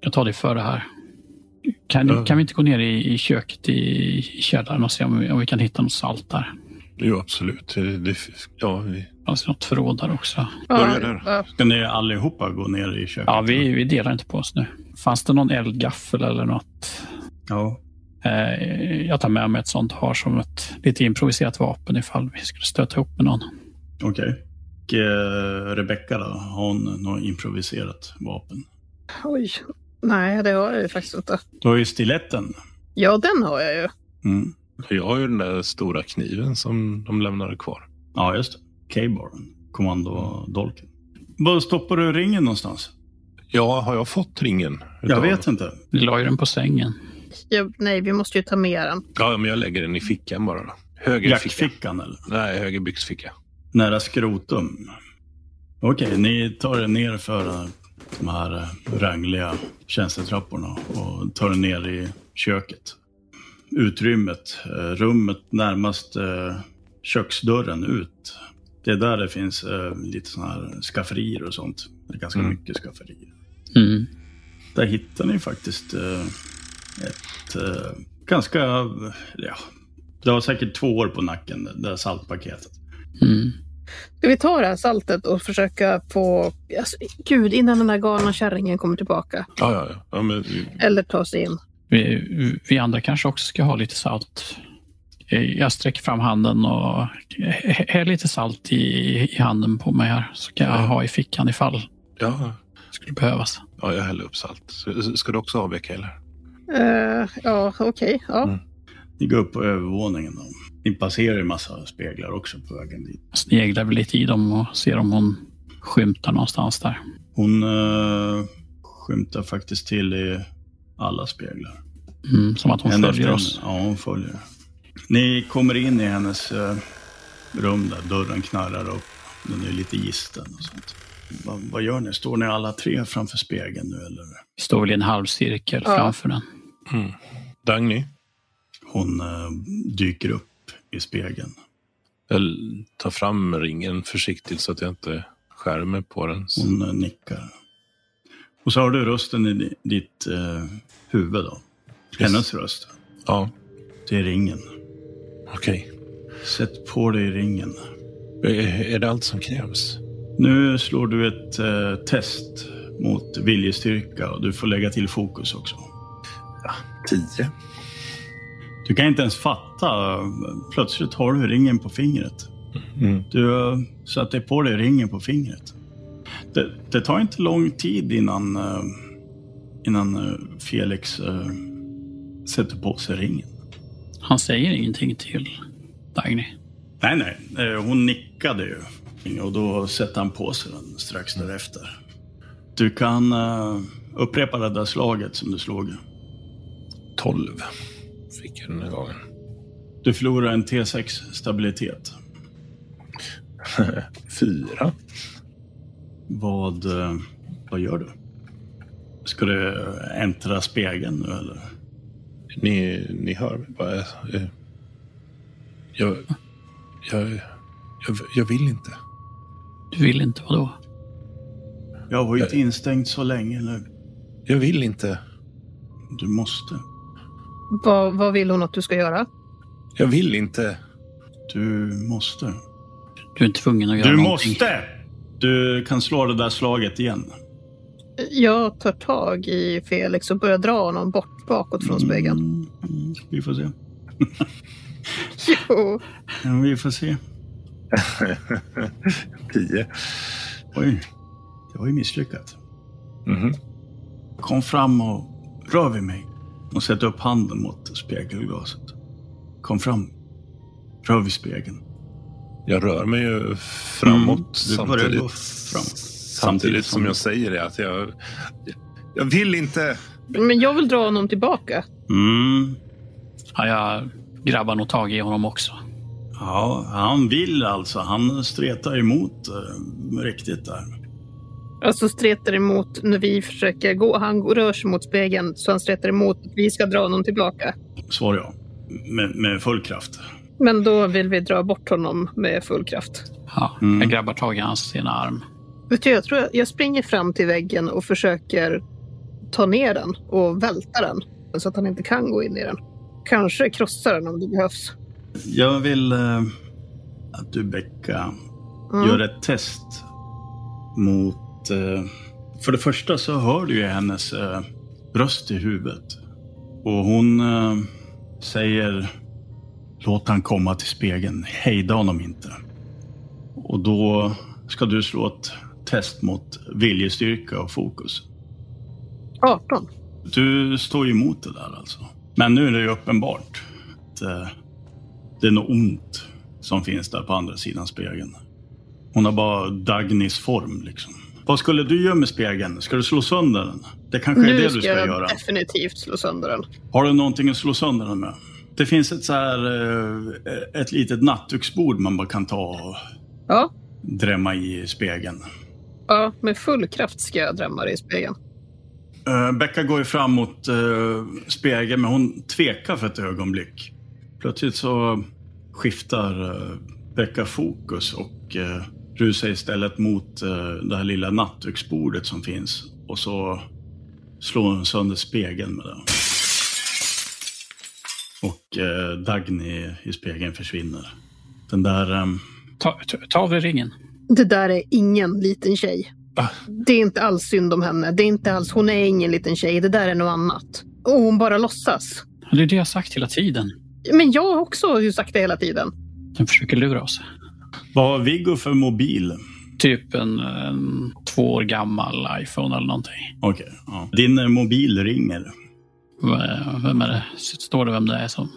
Speaker 3: ska ta dig för det här. Kan,
Speaker 2: Ja.
Speaker 3: kan vi inte gå ner i, i köket i, i källaren och se om vi, om vi kan hitta något salt där?
Speaker 2: Jo, absolut. Det, det, ja, vi,
Speaker 3: Alltså något förråd där också.
Speaker 2: Börja där.
Speaker 4: Ja,
Speaker 1: Ska ni allihopa gå ner i köket?
Speaker 3: Ja, vi, vi delar inte på oss nu. Fanns det någon eldgaffel eller något?
Speaker 1: Ja.
Speaker 3: Eh, jag tar med mig ett sånt har som ett lite improviserat vapen ifall vi skulle stöta ihop med någon.
Speaker 1: Okej. Och, eh, Rebecka då? Har hon något improviserat vapen?
Speaker 4: Oj. Nej, det har jag ju faktiskt inte.
Speaker 1: Du har ju stiletten.
Speaker 4: Ja, den har jag ju.
Speaker 1: Mm.
Speaker 2: jag har ju den där stora kniven som de lämnade kvar.
Speaker 1: Ja, just det. K-baren. Kommandodolken. Var stoppar du ringen någonstans?
Speaker 2: Ja, har jag fått ringen?
Speaker 1: Jag
Speaker 2: utav-
Speaker 1: vet inte.
Speaker 3: Vi la ju den på sängen.
Speaker 4: Jag, nej, vi måste ju ta med den.
Speaker 2: Ja, men jag lägger den i fickan bara. Då. Höger ficka.
Speaker 1: Jackfickan eller?
Speaker 2: Nej, höger byxficka.
Speaker 1: Nära skrotum. Okej, ni tar er ner för eh, de här eh, rangliga tjänstetrapporna och tar er ner i köket. Utrymmet, eh, rummet närmast eh, köksdörren ut. Det är där det finns eh, lite sådana här skafferier och sånt. Det är ganska
Speaker 2: Mm.
Speaker 1: mycket skafferier.
Speaker 3: Mm.
Speaker 1: Där hittar ni faktiskt eh, ett eh, ganska, ja, det har säkert två år på nacken, det där saltpaketet.
Speaker 3: Mm.
Speaker 4: Ska vi ta det här saltet och försöka få... Alltså, gud, innan den här galna kärringen kommer tillbaka.
Speaker 2: Ja, ja, ja. ja men, vi-
Speaker 4: Eller ta sig in.
Speaker 3: Vi, vi andra kanske också ska ha lite salt. Eh, Jag sträcker fram handen och hä- hä- häll lite salt i, i handen på mig här. Så kan jag ha i fickan ifall
Speaker 2: ja,
Speaker 3: det skulle behövas.
Speaker 2: ja, jag häller upp salt. S- s- Ska du också ha Becka, eller?
Speaker 4: Eh, ja, okej. ja.
Speaker 2: Mm.
Speaker 1: Ni går upp på övervåningen. Och ni passerar en massa speglar också på vägen dit.
Speaker 3: Sneglar väl lite i dem och ser om hon skymtar någonstans där.
Speaker 1: Hon eh, skymtar faktiskt till i alla speglar.
Speaker 3: Mm, som att hon
Speaker 1: En
Speaker 3: följer
Speaker 1: efter
Speaker 3: oss.
Speaker 1: en. Ja, hon följer. Ni kommer in i hennes eh, rum där. Dörren knarrar upp. Den är lite isten och sånt. Va, vad gör ni? Står ni alla tre framför spegeln nu eller?
Speaker 3: Vi står väl i en halvcirkel
Speaker 4: Ja.
Speaker 3: framför den.
Speaker 2: Mm. Dagny,
Speaker 1: Hon eh, dyker upp i spegeln.
Speaker 2: jag tar fram ringen försiktigt så att jag inte skär mig på den. Så-
Speaker 1: Hon eh, nickar. Och så har du rösten i di- ditt eh, huvud då. Hennes röst.
Speaker 2: Ja,
Speaker 1: Det är ringen.
Speaker 2: okej.
Speaker 1: Sätt på dig ringen.
Speaker 2: Är, är det allt som krävs?
Speaker 1: Nu slår du ett eh, test mot viljestyrka och du får lägga till fokus också.
Speaker 2: Tio.
Speaker 1: Du kan inte ens fatta. Plötsligt har du ringen på fingret.
Speaker 2: Mm.
Speaker 1: Du eh, satte på dig ringen på fingret. Det, det tar inte lång tid innan, eh, innan eh, Felix eh, sätter på sig ringen.
Speaker 3: Han säger ingenting till Dagny.
Speaker 1: Nej, nej. eh, Hon nickade ju. Och då sätter han på sig den strax därefter. Du kan eh, upprepa det där slaget som du slog.
Speaker 2: Tolv fick jag den här gången.
Speaker 1: Du förlorar en T6 stabilitet.
Speaker 2: Fyra.
Speaker 1: Vad, eh, vad gör du? Ska du äntra spegeln nu eller?
Speaker 2: Ni, ni hör mig bara. eh, Jag, jag, jag, jag vill inte.
Speaker 3: Du vill inte vadå?
Speaker 1: Jag har varit
Speaker 4: Eh.
Speaker 1: instängd så länge nu.
Speaker 2: Jag vill inte.
Speaker 1: Du måste.
Speaker 4: Vad, vad vill hon att du ska göra?
Speaker 2: Jag vill inte.
Speaker 1: Du måste.
Speaker 3: Du är tvungen att göra
Speaker 1: Du
Speaker 3: någonting.
Speaker 1: måste! Du kan slå det där slaget igen.
Speaker 4: Jag tar tag i Felix och börjar dra honom bort bakåt från spegeln.
Speaker 1: Mm, mm, vi får se.
Speaker 4: Jo,
Speaker 1: Ja, vi får se.
Speaker 2: Tio.
Speaker 1: Oj, det var ju misslyckat.
Speaker 2: Mhm.
Speaker 1: Kom fram och rör vid mig. Och sätt upp handen mot spegelglaset. Kom fram. Rör vid spegeln.
Speaker 2: Jag rör mig ju framåt
Speaker 1: Mm, du börjar
Speaker 2: samtidigt.
Speaker 1: gå framåt.
Speaker 2: Samtidigt som jag säger det att jag... Jag vill inte!
Speaker 4: men jag vill dra honom tillbaka.
Speaker 1: Mm,
Speaker 3: Ja, jag grabbar nog tag i honom också.
Speaker 1: Ja, han vill alltså. Han stretar emot eh, riktigt där.
Speaker 4: Alltså stretar emot när vi försöker gå. Han rör sig mot spegeln så han stretar emot att vi ska dra honom tillbaka.
Speaker 1: Svarar jag. Med, med full kraft.
Speaker 4: Men då vill vi dra bort honom med full kraft.
Speaker 3: Ja,
Speaker 1: Mm.
Speaker 3: Jag grabbar tag i hans ena arm.
Speaker 4: Vet du, jag tror jag, jag springer fram till väggen och försöker ta ner den och välta den så att han inte kan gå in i den. Kanske krossa den om det behövs.
Speaker 1: Jag vill eh, att du, Becka,
Speaker 4: Mm.
Speaker 1: gör ett test mot... Eh, för det första så hör du ju hennes eh, röst i huvudet. Och hon eh, säger Låt han komma till spegeln. Hejda honom inte. Och då ska du slå ett test mot viljestyrka och fokus.
Speaker 4: 18.
Speaker 1: Du står ju emot det där alltså. Men nu är det ju uppenbart att eh, det är något ont som finns där på andra sidan spegeln. Hon har bara Dagnis form liksom. Vad skulle du göra med spegeln? Ska du slå sönder den? Det kanske är
Speaker 4: Nu
Speaker 1: det
Speaker 4: ska
Speaker 1: du ska
Speaker 4: jag
Speaker 1: göra.
Speaker 4: definitivt slå sönder den.
Speaker 1: Har du någonting att slå sönder den med? Det finns ett så här, eh, ett litet nattduksbord man bara kan ta och
Speaker 4: Ja,
Speaker 1: drämma i spegeln.
Speaker 4: ja med full kraft ska jag drämma dig i spegeln.
Speaker 1: Eh, Becka går ju fram mot eh, spegeln, men hon tvekar för ett ögonblick. Plötsligt så skiftar eh, Becka fokus och eh, rusar istället mot eh, det här lilla nattduksbordet som finns. Och så slår hon sönder spegeln med den. Och eh, Dagny i spegeln försvinner. Den där... ehm,
Speaker 3: Ta, ta, ta av dig ringen.
Speaker 4: Det där är ingen liten tjej.
Speaker 2: Ah.
Speaker 4: Det är inte alls synd om henne. Det är inte alls, hon är ingen liten tjej. Det där är något annat. Och hon bara låtsas.
Speaker 3: Ja, Det är det jag har sagt hela tiden.
Speaker 4: Men jag har också ju sagt det hela tiden.
Speaker 3: Den försöker lura oss.
Speaker 1: vad har Viggo för mobil?
Speaker 3: Typ en, en två år gammal iPhone eller någonting.
Speaker 1: Okej. ja. Din eh, mobil ringer.
Speaker 3: V- Vem är det? Står det vem det är som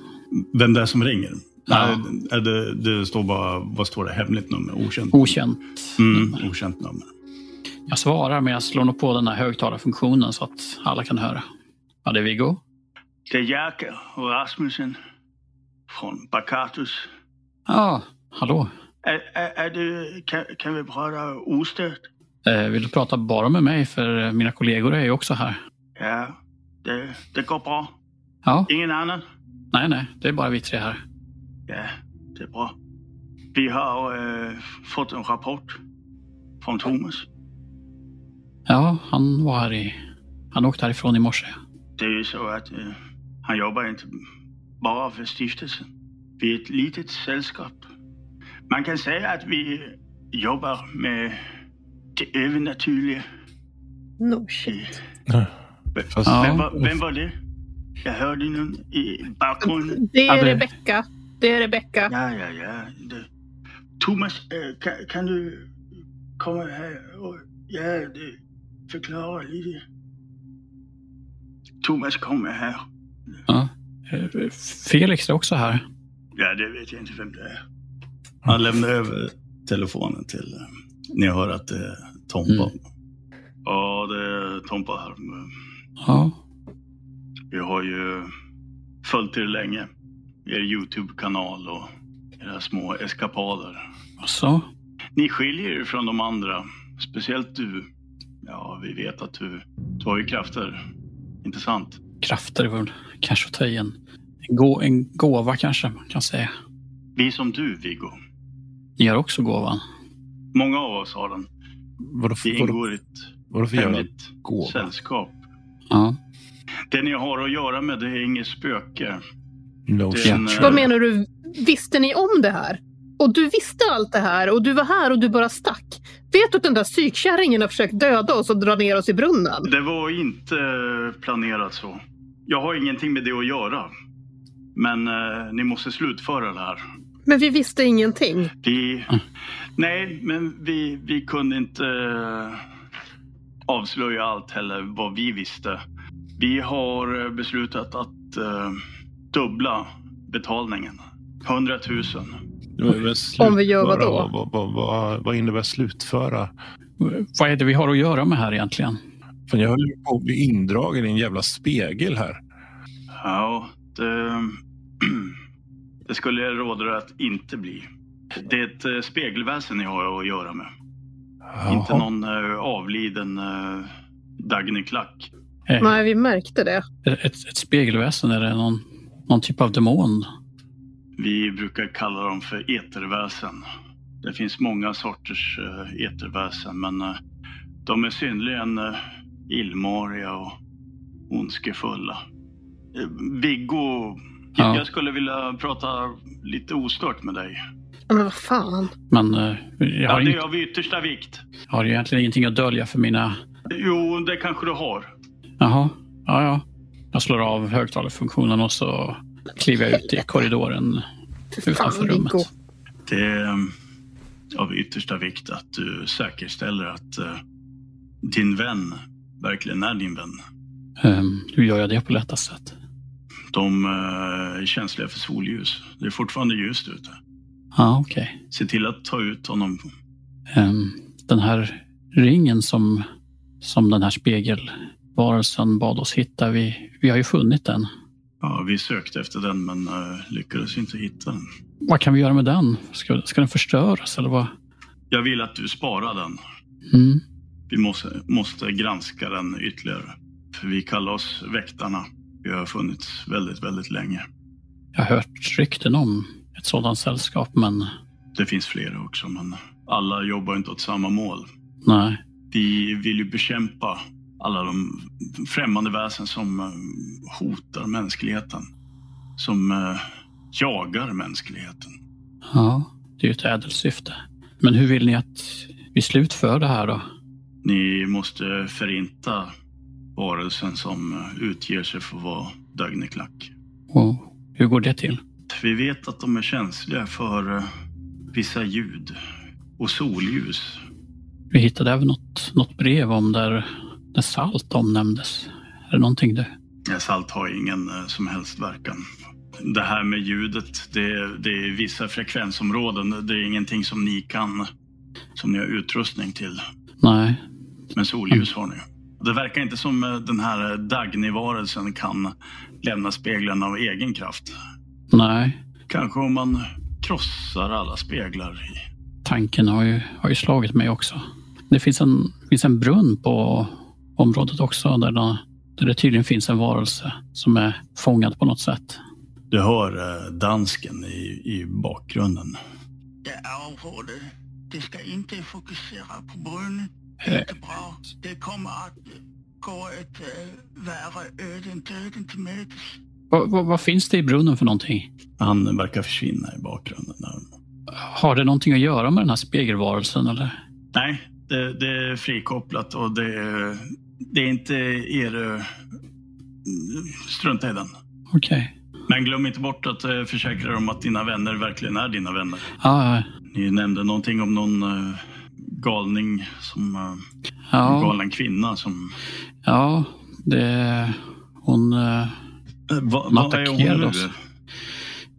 Speaker 1: Vem det är som ringer?
Speaker 3: Ja.
Speaker 1: Nej, det, det står bara, vad står det? Hemligt nummer? Okänt?
Speaker 3: Okänt.
Speaker 1: Mm, okänt nummer.
Speaker 3: Jag svarar men jag slår nog på den här högtalarfunktionen så att alla kan höra. Ja, det är Viggo.
Speaker 1: Det är Jerker och Rasmussen från Bakatus.
Speaker 3: Ja, hallå.
Speaker 1: Är, är, är du, kan, kan vi prata ostört?
Speaker 3: Eh, vill du prata bara med mig? För eh, mina kollegor är ju också här.
Speaker 1: Ja, det, det går bra.
Speaker 3: Ja,
Speaker 1: Ingen annan?
Speaker 3: nej, nej, det är bara vi tre här.
Speaker 1: Ja, det är bra. Vi har eh, fått en rapport från Thomas.
Speaker 3: Ja, han var här i... Han åkte härifrån i morse.
Speaker 1: Det är ju så att eh, han jobbar inte bara för stiftelsen. Vi är ett litet sällskap. Man kan säga att vi jobbar med det övernaturliga.
Speaker 4: No shit.
Speaker 2: Fast,
Speaker 3: Ja.
Speaker 1: Vem, var, vem var det? Jag hörde någon i bakgrunden.
Speaker 4: Det
Speaker 3: Ja,
Speaker 4: är
Speaker 3: det-
Speaker 4: Rebecka. Det är Rebecka.
Speaker 1: Ja, ja, ja. Det. Thomas, eh, kan, kan du komma här och ja, det, förklara lite? Thomas kommer här.
Speaker 3: Eh, Felix är också här.
Speaker 1: Ja, det vet jag inte vem det är. Han lämnar över telefonen till... eh, Ni hör att det är Tompa.
Speaker 3: Mm.
Speaker 1: Ja, det är Tompa här.
Speaker 3: Ja,
Speaker 1: Vi har ju följt er länge. Er YouTube-kanal och era små eskapader.
Speaker 3: och så.
Speaker 1: Ni skiljer er från de andra. Speciellt du. Ja, vi vet att du, du har ju krafter. Inte sant?
Speaker 3: Krafter är väl kanske att ta i en, en, gå, en gåva kanske man kan säga.
Speaker 1: Vi är som du, Viggo.
Speaker 3: Ni har också gåvan.
Speaker 1: Många av oss har den.
Speaker 2: vadå,
Speaker 1: Vi
Speaker 2: för, vadå,
Speaker 1: ingår i ett
Speaker 2: vadå för jävla
Speaker 1: hemligt
Speaker 2: gåva?
Speaker 1: sällskap.
Speaker 3: Ja.
Speaker 1: Det ni har att göra med det är inget spöke.
Speaker 2: No
Speaker 1: Det
Speaker 2: shit.
Speaker 1: är en,
Speaker 4: Vad
Speaker 1: eh,
Speaker 4: menar du? Visste ni om det här? Och du visste allt det här och du var här och du bara stack. Vet du att den där psykkärringen har försökt döda oss och dra ner oss i brunnen?
Speaker 1: Det var inte eh, planerat så. Jag har ingenting med det att göra. Men eh, ni måste slutföra det här.
Speaker 4: Men vi visste ingenting.
Speaker 1: Vi... Nej, men vi, vi kunde inte eh, avslöja allt heller, vad vi visste. Vi har eh, beslutat att eh, dubbla betalningen. 100 000.
Speaker 2: Men- men
Speaker 4: Om vi gör vad då?
Speaker 2: slutföra, Vad, vad, vad, vad innebär slutföra?
Speaker 3: Vad är det vi har att göra med här egentligen?
Speaker 2: Fan, jag höll ju på att bli indragen i en jävla spegel här.
Speaker 1: Ja, det, det skulle jag råda dig att inte bli. Det är ett eh, spegelväsen ni har att göra med. Inte
Speaker 2: Jaha.
Speaker 1: någon eh, avliden eh, Dagny Klack.
Speaker 3: Eh,
Speaker 4: Nej, vi märkte det.
Speaker 3: Ett, ett spegelväsen, är det någon, någon typ av demon?
Speaker 1: Vi brukar kalla dem för eterväsen. Det finns många sorters eh, eterväsen, men eh, de är synnerligen eh, illmariga och ondskefulla. Eh, Viggo,
Speaker 3: Ja.
Speaker 1: jag skulle vilja prata lite ostört med dig.
Speaker 4: Men vad fan.
Speaker 3: Men eh, jag
Speaker 1: Ja,
Speaker 3: har,
Speaker 1: det är
Speaker 3: inget,
Speaker 1: av yttersta vikt.
Speaker 3: jag har ju egentligen ingenting att dölja för mina...
Speaker 1: Jo, det kanske du har.
Speaker 3: Jaha, ja, ja. Jag slår av högtalarfunktionen och så kliver jag ut i korridoren
Speaker 4: Fy
Speaker 3: utanför
Speaker 4: Fan,
Speaker 3: rummet.
Speaker 4: Viggo.
Speaker 1: Det är eh, av yttersta vikt att du säkerställer att eh, din vän verkligen är din vän.
Speaker 3: Ehm, hur gör jag det på lättast sätt?
Speaker 1: De eh, är känsliga för solljus. Det är fortfarande ljust ute.
Speaker 3: Ja, okej.
Speaker 1: Se till att ta ut honom.
Speaker 3: Ehm, den här ringen som, som den här spegelvarelsen bad oss hitta, vi, vi har ju funnit den.
Speaker 1: Ja, vi sökte efter den men eh, lyckades inte hitta den.
Speaker 3: Vad kan vi göra med den? Ska, ska den förstöras eller vad?
Speaker 1: Jag vill att du sparar den.
Speaker 3: Mm.
Speaker 1: Vi måste, måste granska den ytterligare. För vi kallar oss väktarna. Vi har funnits väldigt, väldigt länge.
Speaker 3: Jag har hört rykten om ett sådant sällskap, men
Speaker 1: Det finns flera också men alla jobbar inte åt samma mål.
Speaker 3: nej.
Speaker 1: Vi vill ju bekämpa alla de främmande väsen som eh, hotar mänskligheten. Som eh, jagar mänskligheten.
Speaker 3: Ja, det är ju ett ädelt syfte. Men hur vill ni att vi slutför det här då?
Speaker 1: Ni måste förinta varelsen som eh, utger sig för att vara Dagny Klack.
Speaker 3: Och hur går det till?
Speaker 1: Vi vet att de är känsliga för eh, vissa ljud och solljus.
Speaker 3: Vi hittade även något, något brev om där, där salt omnämndes. Är det någonting du?
Speaker 1: Ja, Salt har ingen eh, som helst verkan. det här med ljudet, det, det är vissa frekvensområden. Det är ingenting som ni kan, som ni har utrustning till.
Speaker 3: Nej,
Speaker 1: Men solljus har ni. Det verkar inte som eh, den här Dagny-varelsen kan lämna speglarna av egen kraft.
Speaker 3: nej.
Speaker 1: Kanske om man krossar alla speglar. i-
Speaker 3: Tanken har ju, har ju slagit mig också. Det finns en, finns en brunn på området också där det, där det tydligen finns en varelse som är fångad på något sätt.
Speaker 1: Du hör eh, dansken i, i bakgrunden.
Speaker 6: Det är området. Det ska inte fokusera på brunnen. Inte bra. Det kommer att gå ett äh, värre öden döden till mötes.
Speaker 3: Va, va, vad finns det i brunnen för någonting?
Speaker 1: Han verkar försvinna i bakgrunden. där.
Speaker 3: Har det någonting att göra med den här spegelvarelsen eller?
Speaker 1: Nej, det, det är frikopplat och det, det är inte er... eh, Strunta i den.
Speaker 3: Okej.
Speaker 1: Men glöm inte bort att eh, försäkra dig om att dina vänner verkligen är dina vänner.
Speaker 3: Ja, ja,
Speaker 1: Ni nämnde någonting om någon eh, galning som... eh, En
Speaker 3: ja,
Speaker 1: galen kvinna som...
Speaker 3: ja, det... Hon... eh,
Speaker 1: Eh, Va,
Speaker 3: Hon
Speaker 1: vad är hon
Speaker 3: attackerade
Speaker 1: nu?
Speaker 3: oss.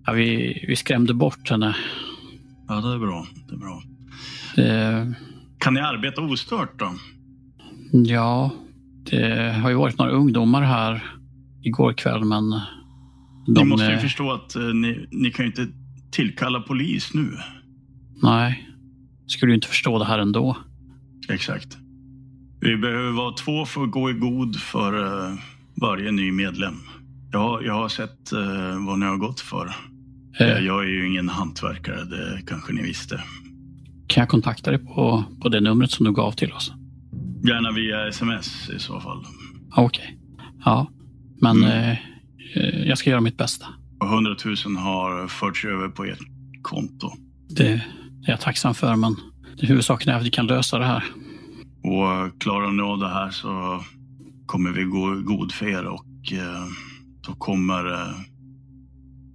Speaker 3: Ja, vi, vi skrämde bort henne.
Speaker 1: Ja, det är bra. Det är bra.
Speaker 3: Det,
Speaker 1: Kan ni arbeta ostört då?
Speaker 3: ja, det har ju varit några ungdomar här igår kväll, men...
Speaker 1: Ni
Speaker 3: De,
Speaker 1: måste ju
Speaker 3: eh,
Speaker 1: förstå att eh, ni, ni kan ju inte tillkalla polis nu.
Speaker 3: Nej, skulle ju inte förstå det här ändå.
Speaker 1: Exakt. Vi behöver vara två för att gå i god för eh, varje ny medlem. Jag, jag har sett eh, vad ni har gått för.
Speaker 3: Eh,
Speaker 1: Eh, Jag är ju ingen hantverkare, det kanske ni visste.
Speaker 3: Kan jag kontakta dig på, på det numret som du gav till oss?
Speaker 1: Gärna via sms i så fall.
Speaker 3: Ja, Okej. Ja, men
Speaker 1: Mm.
Speaker 3: eh, eh, jag ska göra mitt bästa.
Speaker 1: Och 100 000 har förts över på ert konto.
Speaker 3: Det är jag tacksam för, men det huvudsaken är att vi kan lösa det här.
Speaker 1: Och klarar ni av det här så kommer vi gå i god för er och eh, då kommer eh,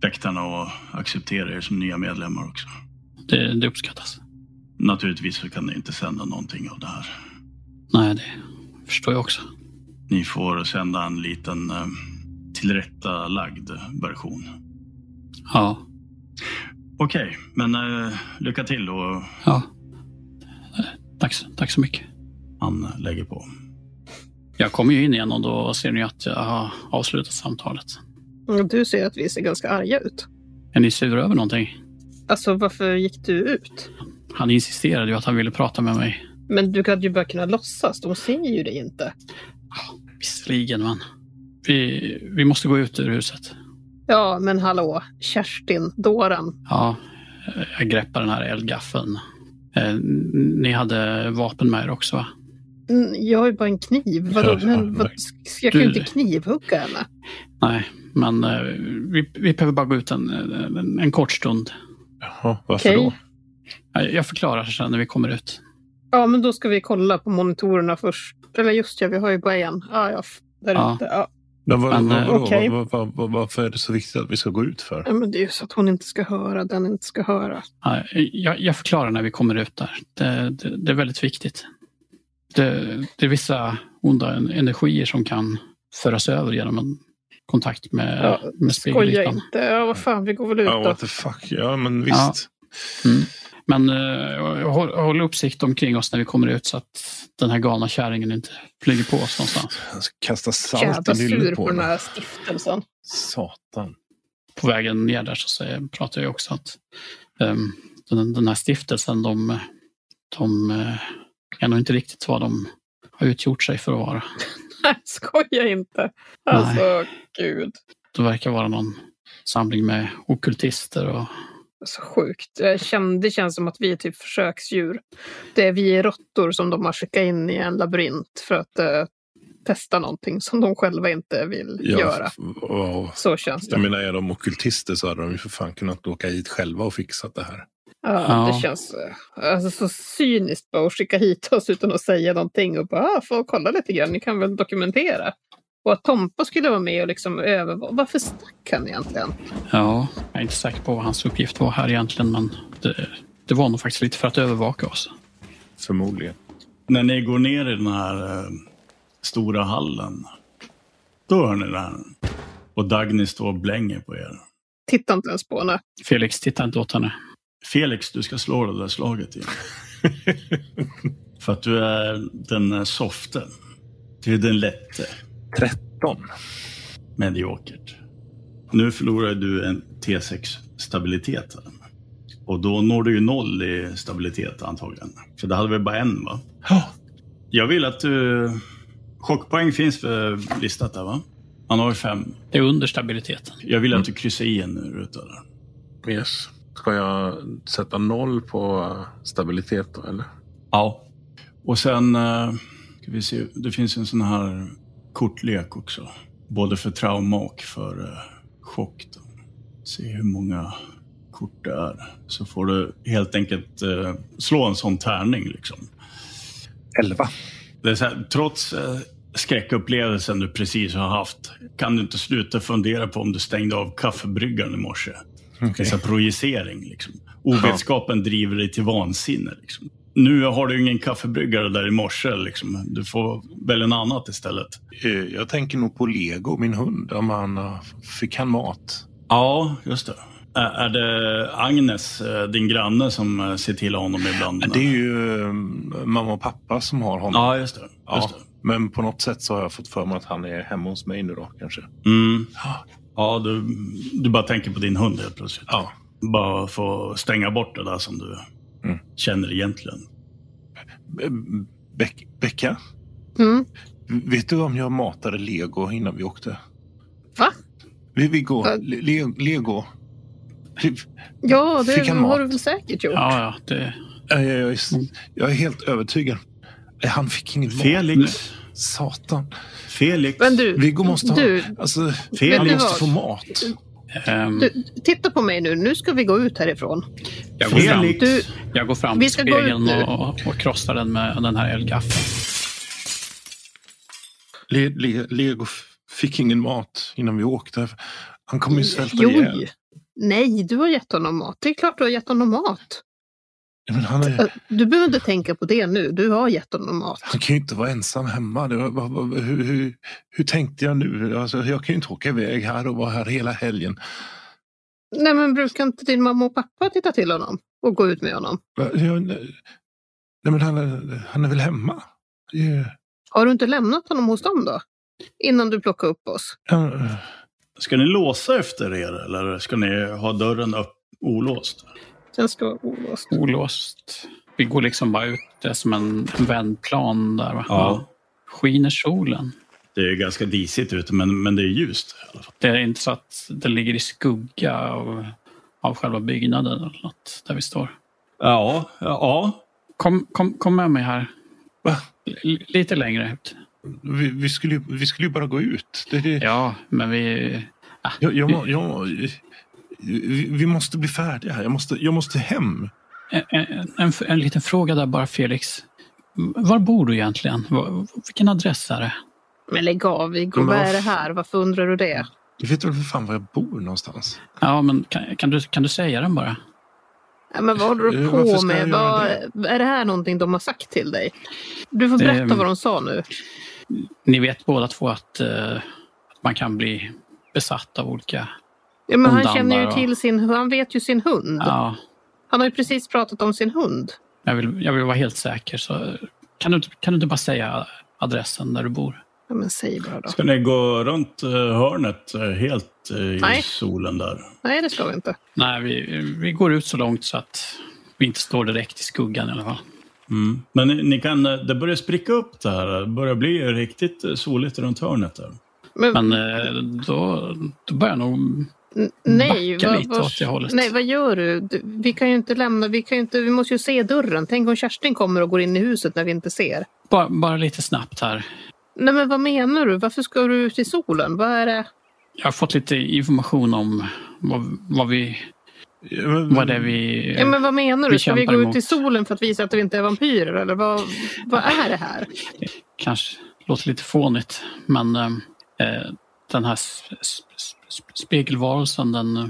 Speaker 1: väktarna att acceptera er som nya medlemmar också.
Speaker 3: Det, det uppskattas.
Speaker 1: Naturligtvis så kan ni inte sända någonting av det här.
Speaker 3: Nej, det förstår jag också.
Speaker 1: Ni får sända en liten eh, tillrättalagd version.
Speaker 3: Ja,
Speaker 1: Okej, men eh, lycka till och
Speaker 3: ja. Eh, Tack, så- tack så mycket.
Speaker 1: han lägger på.
Speaker 3: Jag kommer ju in igen och då ser ni att jag har avslutat samtalet.
Speaker 4: Och Du ser att vi ser ganska arga ut.
Speaker 3: Är ni sura över någonting?
Speaker 4: Alltså varför gick du ut?
Speaker 3: Han insisterade ju att han ville prata med mig.
Speaker 4: Men du hade ju bara kunnat låtsas. De ser ju dig inte.
Speaker 3: Visserligen, men... Vi, vi måste gå ut ur huset.
Speaker 4: Ja, men hallå. Kerstin, Doran.
Speaker 3: Ja, jag greppar den här eldgaffeln. Eh, Ni hade vapen med er också, va?
Speaker 4: Mm, Jag har ju bara en kniv. Vadå?
Speaker 2: Ja,
Speaker 4: Men, vad, ska- jag kan ju
Speaker 3: Du-
Speaker 4: inte knivhugga henne.
Speaker 3: Nej, men eh, vi, vi behöver bara gå ut en, en, en kort stund.
Speaker 2: Jaha, varför
Speaker 4: Okej.
Speaker 2: då?
Speaker 3: Jag jag förklarar sen när vi kommer ut.
Speaker 4: Ja, men då ska vi kolla på monitorerna först. Eller just ja, vi har ju bara en. Ah, ja, f- där
Speaker 3: Ja.
Speaker 4: ute. Ja.
Speaker 2: Men vad,
Speaker 3: Men,
Speaker 2: vad,
Speaker 3: eh,
Speaker 2: vadå?
Speaker 4: okej.
Speaker 2: Vad- vad- vad- varför är det så viktigt att vi ska gå ut för?
Speaker 4: Ja, men det är ju så att hon inte ska höra, den inte ska höra.
Speaker 3: Nej, Jag, jag förklarar när vi kommer ut där. Det, det, det är väldigt viktigt. Det, det är vissa onda en- energier som kan föras över genom en kontakt med,
Speaker 4: Ja,
Speaker 3: med
Speaker 4: Skoja
Speaker 3: spegelytan.
Speaker 4: inte. Ja, vad fan, vi går väl ut
Speaker 2: Ja,
Speaker 4: då.
Speaker 2: what the fuck. Ja, men
Speaker 3: Ja.
Speaker 2: visst.
Speaker 3: Men eh, håll, håll uppsikt omkring oss när vi kommer ut så att den här galna kärringen inte flyger på oss någonstans.
Speaker 2: Jag ska kasta salt i
Speaker 4: Jävla sur
Speaker 2: nyllet
Speaker 4: på
Speaker 2: på
Speaker 4: den
Speaker 2: henne.
Speaker 4: här stiftelsen.
Speaker 2: Satan.
Speaker 3: På vägen ner där så säger, pratar jag också att ehm, den, den här stiftelsen, de, de eh, är nog inte riktigt vad de har utgjort sig för att vara.
Speaker 4: Nej, skoja inte. Alltså, gud.
Speaker 3: Det verkar vara någon samling med okultister och
Speaker 4: Så sjukt. Jag kände, det känns som att vi är typ försöksdjur. Det är vi råttor som de har skickat in i en labyrint för att eh, testa någonting som de själva inte vill göra.
Speaker 2: f- wow.
Speaker 4: Så känns det.
Speaker 2: Jag menar, är de ockultister så hade de ju för fan kunnat åka hit själva och fixat det här.
Speaker 4: Ja,
Speaker 3: Ja.
Speaker 4: det känns eh, alltså, så cyniskt bara att skicka hit oss utan att säga någonting och bara ah, få kolla lite grann, ni kan väl dokumentera. Och att Tompa skulle vara med och liksom övervaka. Varför stack han egentligen?
Speaker 3: ja, jag är inte säker på vad hans uppgift var här egentligen men det, det var nog faktiskt lite för att övervaka oss.
Speaker 2: Förmodligen.
Speaker 1: När ni går ner i den här eh, stora hallen, då hör ni det här. Och Dagny står och blänger på er.
Speaker 4: Titta inte ens på henne.
Speaker 3: Felix, titta inte åt henne.
Speaker 1: Felix, du ska slå det där slaget igen. För att du är den eh, softe. Du är den lätte.
Speaker 2: 13.
Speaker 1: Mediokert. Nu förlorar du en T6 stabilitet. här. Och då når du ju noll i stabilitet antagligen. För det hade väl bara en va?
Speaker 2: Ja.
Speaker 1: Jag vill att du... Chockpoäng finns för listat där va? Han har ju fem.
Speaker 3: Det är under stabiliteten.
Speaker 1: Jag vill att du kryssar i en ruta där.
Speaker 2: Yes. Ska jag sätta noll på stabilitet då, eller?
Speaker 1: Ja. Och sen, eh, ska vi se, det finns en sån här kortlek också. Både för trauma och för eh, chock. Då. Se hur många kort det är. Så får du helt enkelt eh, slå en sån tärning. Liksom.
Speaker 2: 11.
Speaker 1: Det är så här, trots eh, skräckupplevelsen du precis har haft kan du inte sluta fundera på om du stängde av kaffebryggaren i morse. Det är så här projicering. Liksom. Ovetskapen driver dig till vansinne. Liksom. Nu har du ingen kaffebryggare där i morse. Liksom. Du får välja en annat istället.
Speaker 2: Eh, Jag tänker nog på Lego, min hund. Om han eh, fick han mat?
Speaker 1: Ja, just det. Ä- Är det Agnes, eh, din granne, som eh, ser till honom ibland?
Speaker 2: Det är ju eh, mamma och pappa som har honom.
Speaker 1: Ja, just det. Just
Speaker 2: Ja,
Speaker 1: det.
Speaker 2: men på något sätt så har jag fått för mig att han är hemma hos mig nu då kanske.
Speaker 1: Mm. Ja, du, du bara tänker på din hund helt plötsligt.
Speaker 2: Ja.
Speaker 1: Bara få stänga bort det där som du
Speaker 2: Mm.
Speaker 1: känner egentligen.
Speaker 2: Be- Be- Eh, Becka,
Speaker 4: Mm.
Speaker 2: vet du om jag matade Lego innan vi åkte?
Speaker 4: Va?
Speaker 2: Vi, vi går.
Speaker 4: Vad?
Speaker 2: Le, Le, Lego. Vi-
Speaker 4: Ja, det
Speaker 2: Fick han mat?
Speaker 4: har du väl säkert gjort.
Speaker 3: Ja, ja, det,
Speaker 2: Jag, jag, jag, är s- jag är helt övertygad. Eh, Han fick inget mat.
Speaker 1: Felix,
Speaker 2: Satan.
Speaker 1: Felix,
Speaker 4: Men du,
Speaker 2: Viggo måste ha...
Speaker 4: Du-
Speaker 2: alltså,
Speaker 1: Felix.
Speaker 2: han
Speaker 4: Vet du
Speaker 2: måste
Speaker 4: vad?
Speaker 2: få mat.
Speaker 3: ehm,
Speaker 4: du, titta på mig nu. Nu ska vi gå ut härifrån.
Speaker 3: jag, går fram,
Speaker 1: Felix.
Speaker 4: Du,
Speaker 3: jag går fram
Speaker 4: Vi
Speaker 3: till
Speaker 4: ska gå ut
Speaker 3: spegeln
Speaker 4: nu.
Speaker 3: och, och krossar den med den här elgaffeln.
Speaker 2: Le, Le, Lego f- fick ingen mat innan vi åkte. Han kommer ju svälta
Speaker 4: jo,
Speaker 2: ihjäl.
Speaker 4: nej, du har gett honom mat. Det är klart du har gett honom mat.
Speaker 2: Men han, är,
Speaker 4: Ö, Du behöver inte tänka på det nu. Du har gett honom mat.
Speaker 2: han kan ju inte vara ensam hemma. Det var, vad- vad- hur, hur, hur tänkte jag nu? Alltså, jag kan ju inte åka iväg här och vara här hela helgen.
Speaker 4: Nej, men brukar inte din mamma och pappa titta till honom och gå ut med honom?
Speaker 2: Va, jag- Nej, men han, är- han är väl hemma? Det är-
Speaker 4: Har du inte lämnat honom hos dem då? Innan du plockade upp oss?
Speaker 2: han-
Speaker 1: ska ni låsa efter er eller ska ni ha dörren upp, olåst?
Speaker 4: Den ska vara olåst.
Speaker 3: Olåst. Vi går liksom bara ut. Det är som en vändplan där. Va?
Speaker 1: Ja.
Speaker 3: Skiner solen.
Speaker 1: Det är ju ganska disigt ute, men, men det är ljust. i alla fall.
Speaker 3: Det är inte så att det ligger i skugga av, av själva byggnaden eller något där vi står.
Speaker 1: Ja, ja.
Speaker 3: Kom, kom, kom med mig här.
Speaker 2: Va?
Speaker 3: L- lite längre ut.
Speaker 2: Vi, vi, skulle, ju- vi skulle ju bara gå ut. Det, det,
Speaker 3: Ja, men vi... Ah,
Speaker 2: jag, jag, må- jag, vi, vi måste bli färdiga. här. Jag måste, jag måste hem.
Speaker 3: en, en, en, en liten fråga där bara, Felix. Var bor du egentligen? Var, vilken adress är det?
Speaker 4: Men lägg av, Viggo.
Speaker 2: Men
Speaker 4: Vad
Speaker 2: vad
Speaker 4: är det
Speaker 2: f-
Speaker 4: här? Varför undrar du det?
Speaker 2: Du vet väl för fan var jag bor någonstans?
Speaker 3: Ja, men kan, kan, du, kan du säga den bara?
Speaker 4: Nej, men vad håller du
Speaker 2: Eh, varför
Speaker 4: på
Speaker 2: ska jag
Speaker 4: med?
Speaker 2: göra Eh,
Speaker 4: Vad, är det här någonting de har sagt till dig? Du får berätta
Speaker 3: Ehm.
Speaker 4: vad de sa nu.
Speaker 3: Ni vet båda två att eh, att man kan bli besatt av olika...
Speaker 4: Ja, men han
Speaker 3: Undan
Speaker 4: känner ju
Speaker 3: bara.
Speaker 4: till sin Han vet ju sin hund.
Speaker 3: Ja,
Speaker 4: Han har ju precis pratat om sin hund.
Speaker 3: jag, vill, jag vill vara helt säker. Så kan, du, inte- kan du inte bara säga adressen där du bor?
Speaker 4: Ja, men säg bara då.
Speaker 1: Ska ni gå runt eh, hörnet eh, helt eh, i
Speaker 4: Nej.
Speaker 1: solen där?
Speaker 4: Nej, det slår vi inte.
Speaker 3: Nej, vi, vi går ut så långt så att vi inte står direkt i skuggan i alla fall.
Speaker 1: Mm. Men ni, ni kan, eh, det börjar spricka upp det här. Det börjar bli riktigt eh, soligt runt hörnet där.
Speaker 4: Men,
Speaker 3: Men eh, då, då börjar jag nog...
Speaker 4: n- nej,
Speaker 3: backa
Speaker 4: vad-
Speaker 3: lite
Speaker 4: vad-
Speaker 3: åt det hållet.
Speaker 4: nej, vad gör du? du? Vi kan ju inte lämna. Vi, kan ju inte, vi måste ju se dörren. Tänk om Kerstin kommer och går in i huset när vi inte ser.
Speaker 3: Bara, bara lite snabbt här.
Speaker 4: Nej, men vad menar du? Varför ska du ut i solen? Vad är det?
Speaker 3: Jag har fått lite information om vad, vad, vi,
Speaker 2: Ja, men-
Speaker 3: vad det är vi...
Speaker 4: Ja, men vad menar
Speaker 3: Vi
Speaker 4: du? Ska vi
Speaker 3: kämpar
Speaker 4: gå
Speaker 3: emot.
Speaker 4: ut i solen för att visa att vi inte är vampyrer? Eller vad, vad är det här?
Speaker 3: kanske låter lite fånigt, men eh, eh, den här s- s- s- spegelvarelsen, den, eh,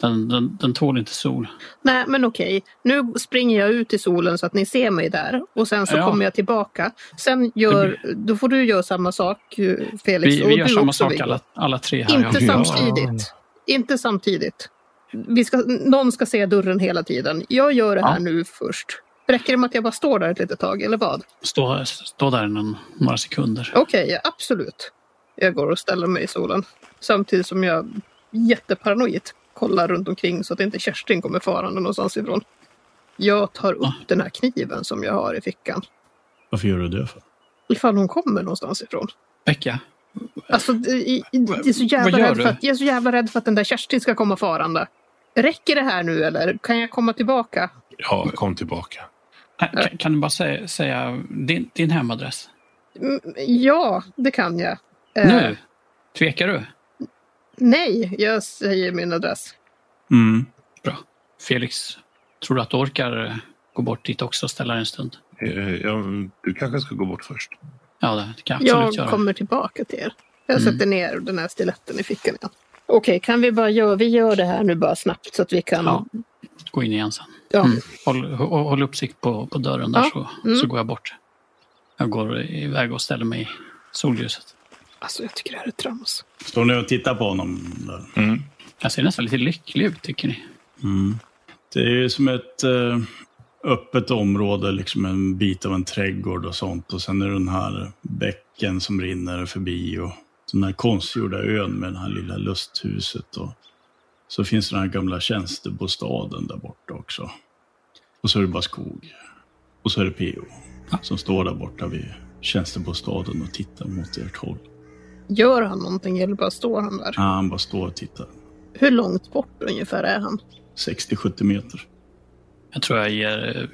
Speaker 3: den, den, den tål inte sol.
Speaker 4: Nej, men okej. Nu springer jag ut i solen så att ni ser mig där. Och sen så
Speaker 3: Ja.
Speaker 4: kommer jag tillbaka. Sen gör, då får du göra samma sak, eh, Felix.
Speaker 3: Vi,
Speaker 4: och
Speaker 3: vi gör
Speaker 4: du
Speaker 3: samma
Speaker 4: också,
Speaker 3: sak
Speaker 4: Viggo.
Speaker 3: alla, alla tre här.
Speaker 4: Inte
Speaker 3: ja.
Speaker 4: samtidigt. Inte samtidigt. Vi ska, någon ska se dörren hela tiden. Jag gör det här
Speaker 3: Ja.
Speaker 4: nu först. Räcker det med att jag bara står där ett litet tag, eller vad?
Speaker 3: Stå, stå där i någon- några sekunder.
Speaker 4: Okej, ja, absolut. Jag går och ställer mig i solen. Samtidigt som jag jätteparanoid kollar runt omkring så att inte Kerstin kommer farande någonstans ifrån. Jag tar upp
Speaker 3: Ja.
Speaker 4: den här kniven som jag har i fickan.
Speaker 1: Varför gör du det för?
Speaker 4: Ifall hon kommer någonstans ifrån.
Speaker 3: Becka,
Speaker 4: Alltså, det- i- i- jag är, så jävla
Speaker 3: vad gör
Speaker 4: rädd för
Speaker 3: du?
Speaker 4: att, jag är så jävla rädd för att den där Kerstin ska komma farande. Räcker det här nu eller kan jag komma tillbaka?
Speaker 2: Ja, kom tillbaka.
Speaker 3: kan, kan du bara säga, säga din, din hemadress?
Speaker 4: Mm, ja, det kan jag. Eh,
Speaker 3: Nu? Tvekar du?
Speaker 4: Nej, jag säger min adress.
Speaker 1: Mm.
Speaker 3: Felix, tror du att du orkar eh, gå bort dit också och ställa dig en stund?
Speaker 2: Eh, Ja, du kanske ska gå bort först.
Speaker 3: Ja, det kan jag
Speaker 4: Jag
Speaker 3: absolut göra.
Speaker 4: kommer tillbaka till er. Jag
Speaker 3: Mm.
Speaker 4: sätter ner den här stiletten i fickan igen. Okej, kan vi bara göra, vi gör det här nu bara snabbt så att vi kan...
Speaker 3: Ja. Gå in igen sen.
Speaker 4: Ja.
Speaker 3: Mm. Håll, hå- håll uppsikt på, på dörren där
Speaker 4: Ja,
Speaker 3: så,
Speaker 4: mm.
Speaker 3: så går jag bort. Jag går iväg och ställer mig i solljuset.
Speaker 4: Alltså jag tycker det här är trams.
Speaker 1: Står ni och tittar på honom? Där?
Speaker 2: Mm.
Speaker 3: Jag ser nästan lite lycklig ut, tycker ni?
Speaker 1: Mm. Det är ju som ett eh, öppet område, liksom en bit av en trädgård och sånt. Och sen är det den här bäcken som rinner förbi och den här konstgjorda ön med det här lilla lusthuset. Och så finns den här gamla tjänstebostaden där borta också. Och så är det bara skog. Och så är det PO som står där borta vid tjänstebostaden och tittar mot ert håll.
Speaker 4: Gör han någonting eller bara står han där?
Speaker 1: Ja, han bara står och tittar.
Speaker 4: Hur långt bort ungefär är han?
Speaker 1: 60-70 meter.
Speaker 3: Jag tror jag ger, eh,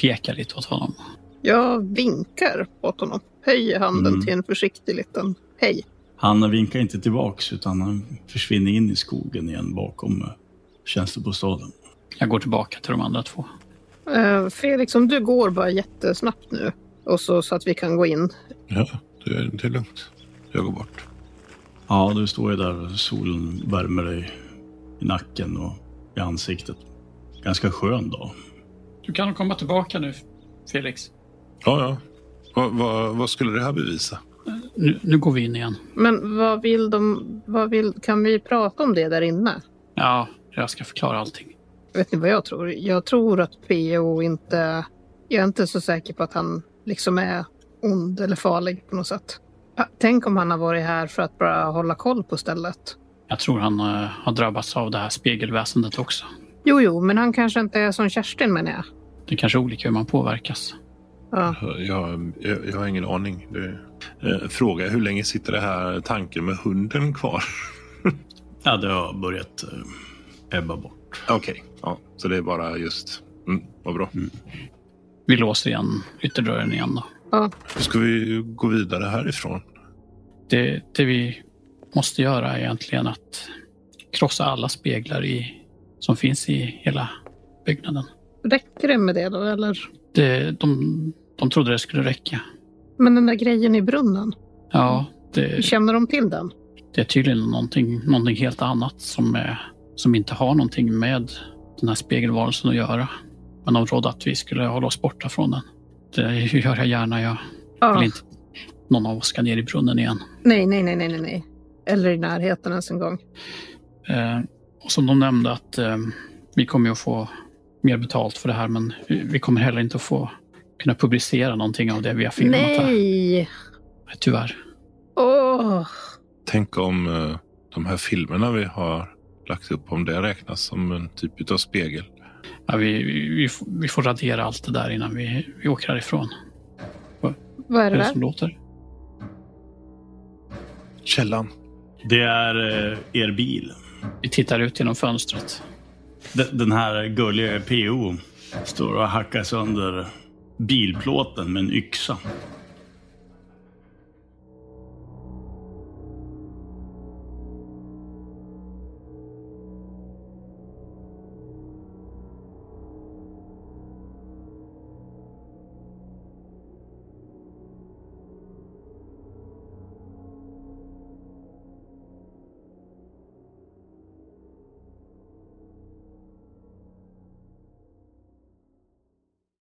Speaker 3: pekar lite åt honom.
Speaker 4: Jag vinkar åt honom. Höjer handen
Speaker 1: Mm.
Speaker 4: till en försiktig liten hej.
Speaker 1: Han vinkar inte tillbaks utan han försvinner in i skogen igen bakom eh, tjänstebostaden.
Speaker 3: Jag går tillbaka till de andra två.
Speaker 4: Eh, Felix, om du går bara jättesnabbt nu och så, så att vi kan gå in.
Speaker 2: Ja, det är, det är lugnt. Jag går bort.
Speaker 1: Ja, du står ju där och solen värmer dig i nacken och i ansiktet. Ganska skön dag.
Speaker 3: Du kan komma tillbaka nu, Felix.
Speaker 2: Ja, ja. Vad, vad, vad skulle det här bevisa?
Speaker 3: Nu, nu går vi in igen.
Speaker 4: Men vad vill de? Vad vill, kan vi prata om det där inne?
Speaker 3: Ja, jag ska förklara allting.
Speaker 4: Vet ni vad jag tror? Jag tror att PO inte... Jag är inte så säker på att han liksom är ond eller farlig på något sätt. Ah, Tänk om han har varit här för att bara hålla koll på stället.
Speaker 3: Jag tror han eh, har drabbats av det här spegelväsendet också.
Speaker 4: Jo, jo, men han kanske inte är som Kerstin menar jag.
Speaker 3: Det är kanske är olika hur man påverkas.
Speaker 4: Ja.
Speaker 2: Jag, jag, jag har ingen aning. Det, eh, fråga hur länge sitter det här tanken med hunden kvar?
Speaker 1: Ja, det har börjat eh, ebba bort.
Speaker 2: Okej, ja, så det är bara just... Mm, vad bra.
Speaker 3: Vi låser igen ytterdörren igen då.
Speaker 2: Då ska vi gå vidare härifrån.
Speaker 3: Det, det vi måste göra är egentligen att krossa alla speglar i, som finns i hela byggnaden.
Speaker 4: Räcker det med det då, eller?
Speaker 3: Det, de, de trodde det skulle räcka.
Speaker 4: Men den där grejen i brunnen,
Speaker 3: Ja, det,
Speaker 4: känner de till den?
Speaker 3: det är tydligen någonting, någonting helt annat som, är, som inte har någonting med den här spegelvarelsen att göra. Men de rådde att vi skulle hålla oss borta från den. Det gör jag gärna. Jag vill
Speaker 4: Ja.
Speaker 3: inte någon av oss ska ner i brunnen igen.
Speaker 4: Nej, nej, nej, nej, nej, nej. Eller i närheten ens en gång.
Speaker 3: Eh, och som de nämnde att eh, vi kommer ju att få mer betalt för det här men vi, vi kommer heller inte att få kunna publicera någonting av det vi har filmat här. Eh,
Speaker 4: Nej!
Speaker 3: Tyvärr.
Speaker 4: Åh!
Speaker 2: Tänk om eh, de här filmerna vi har lagt upp, om det räknas som en typ av spegel.
Speaker 3: Ja, vi, vi, vi f- vi får radera allt det där innan vi, vi åker härifrån.
Speaker 4: Vad är
Speaker 3: Är
Speaker 4: det
Speaker 3: det
Speaker 4: där?
Speaker 3: som låter?
Speaker 2: Källan.
Speaker 1: Det är eh, er bil.
Speaker 3: Vi tittar ut genom fönstret.
Speaker 1: D- den här gulliga PO står och hackar sönder bilplåten med en yxa.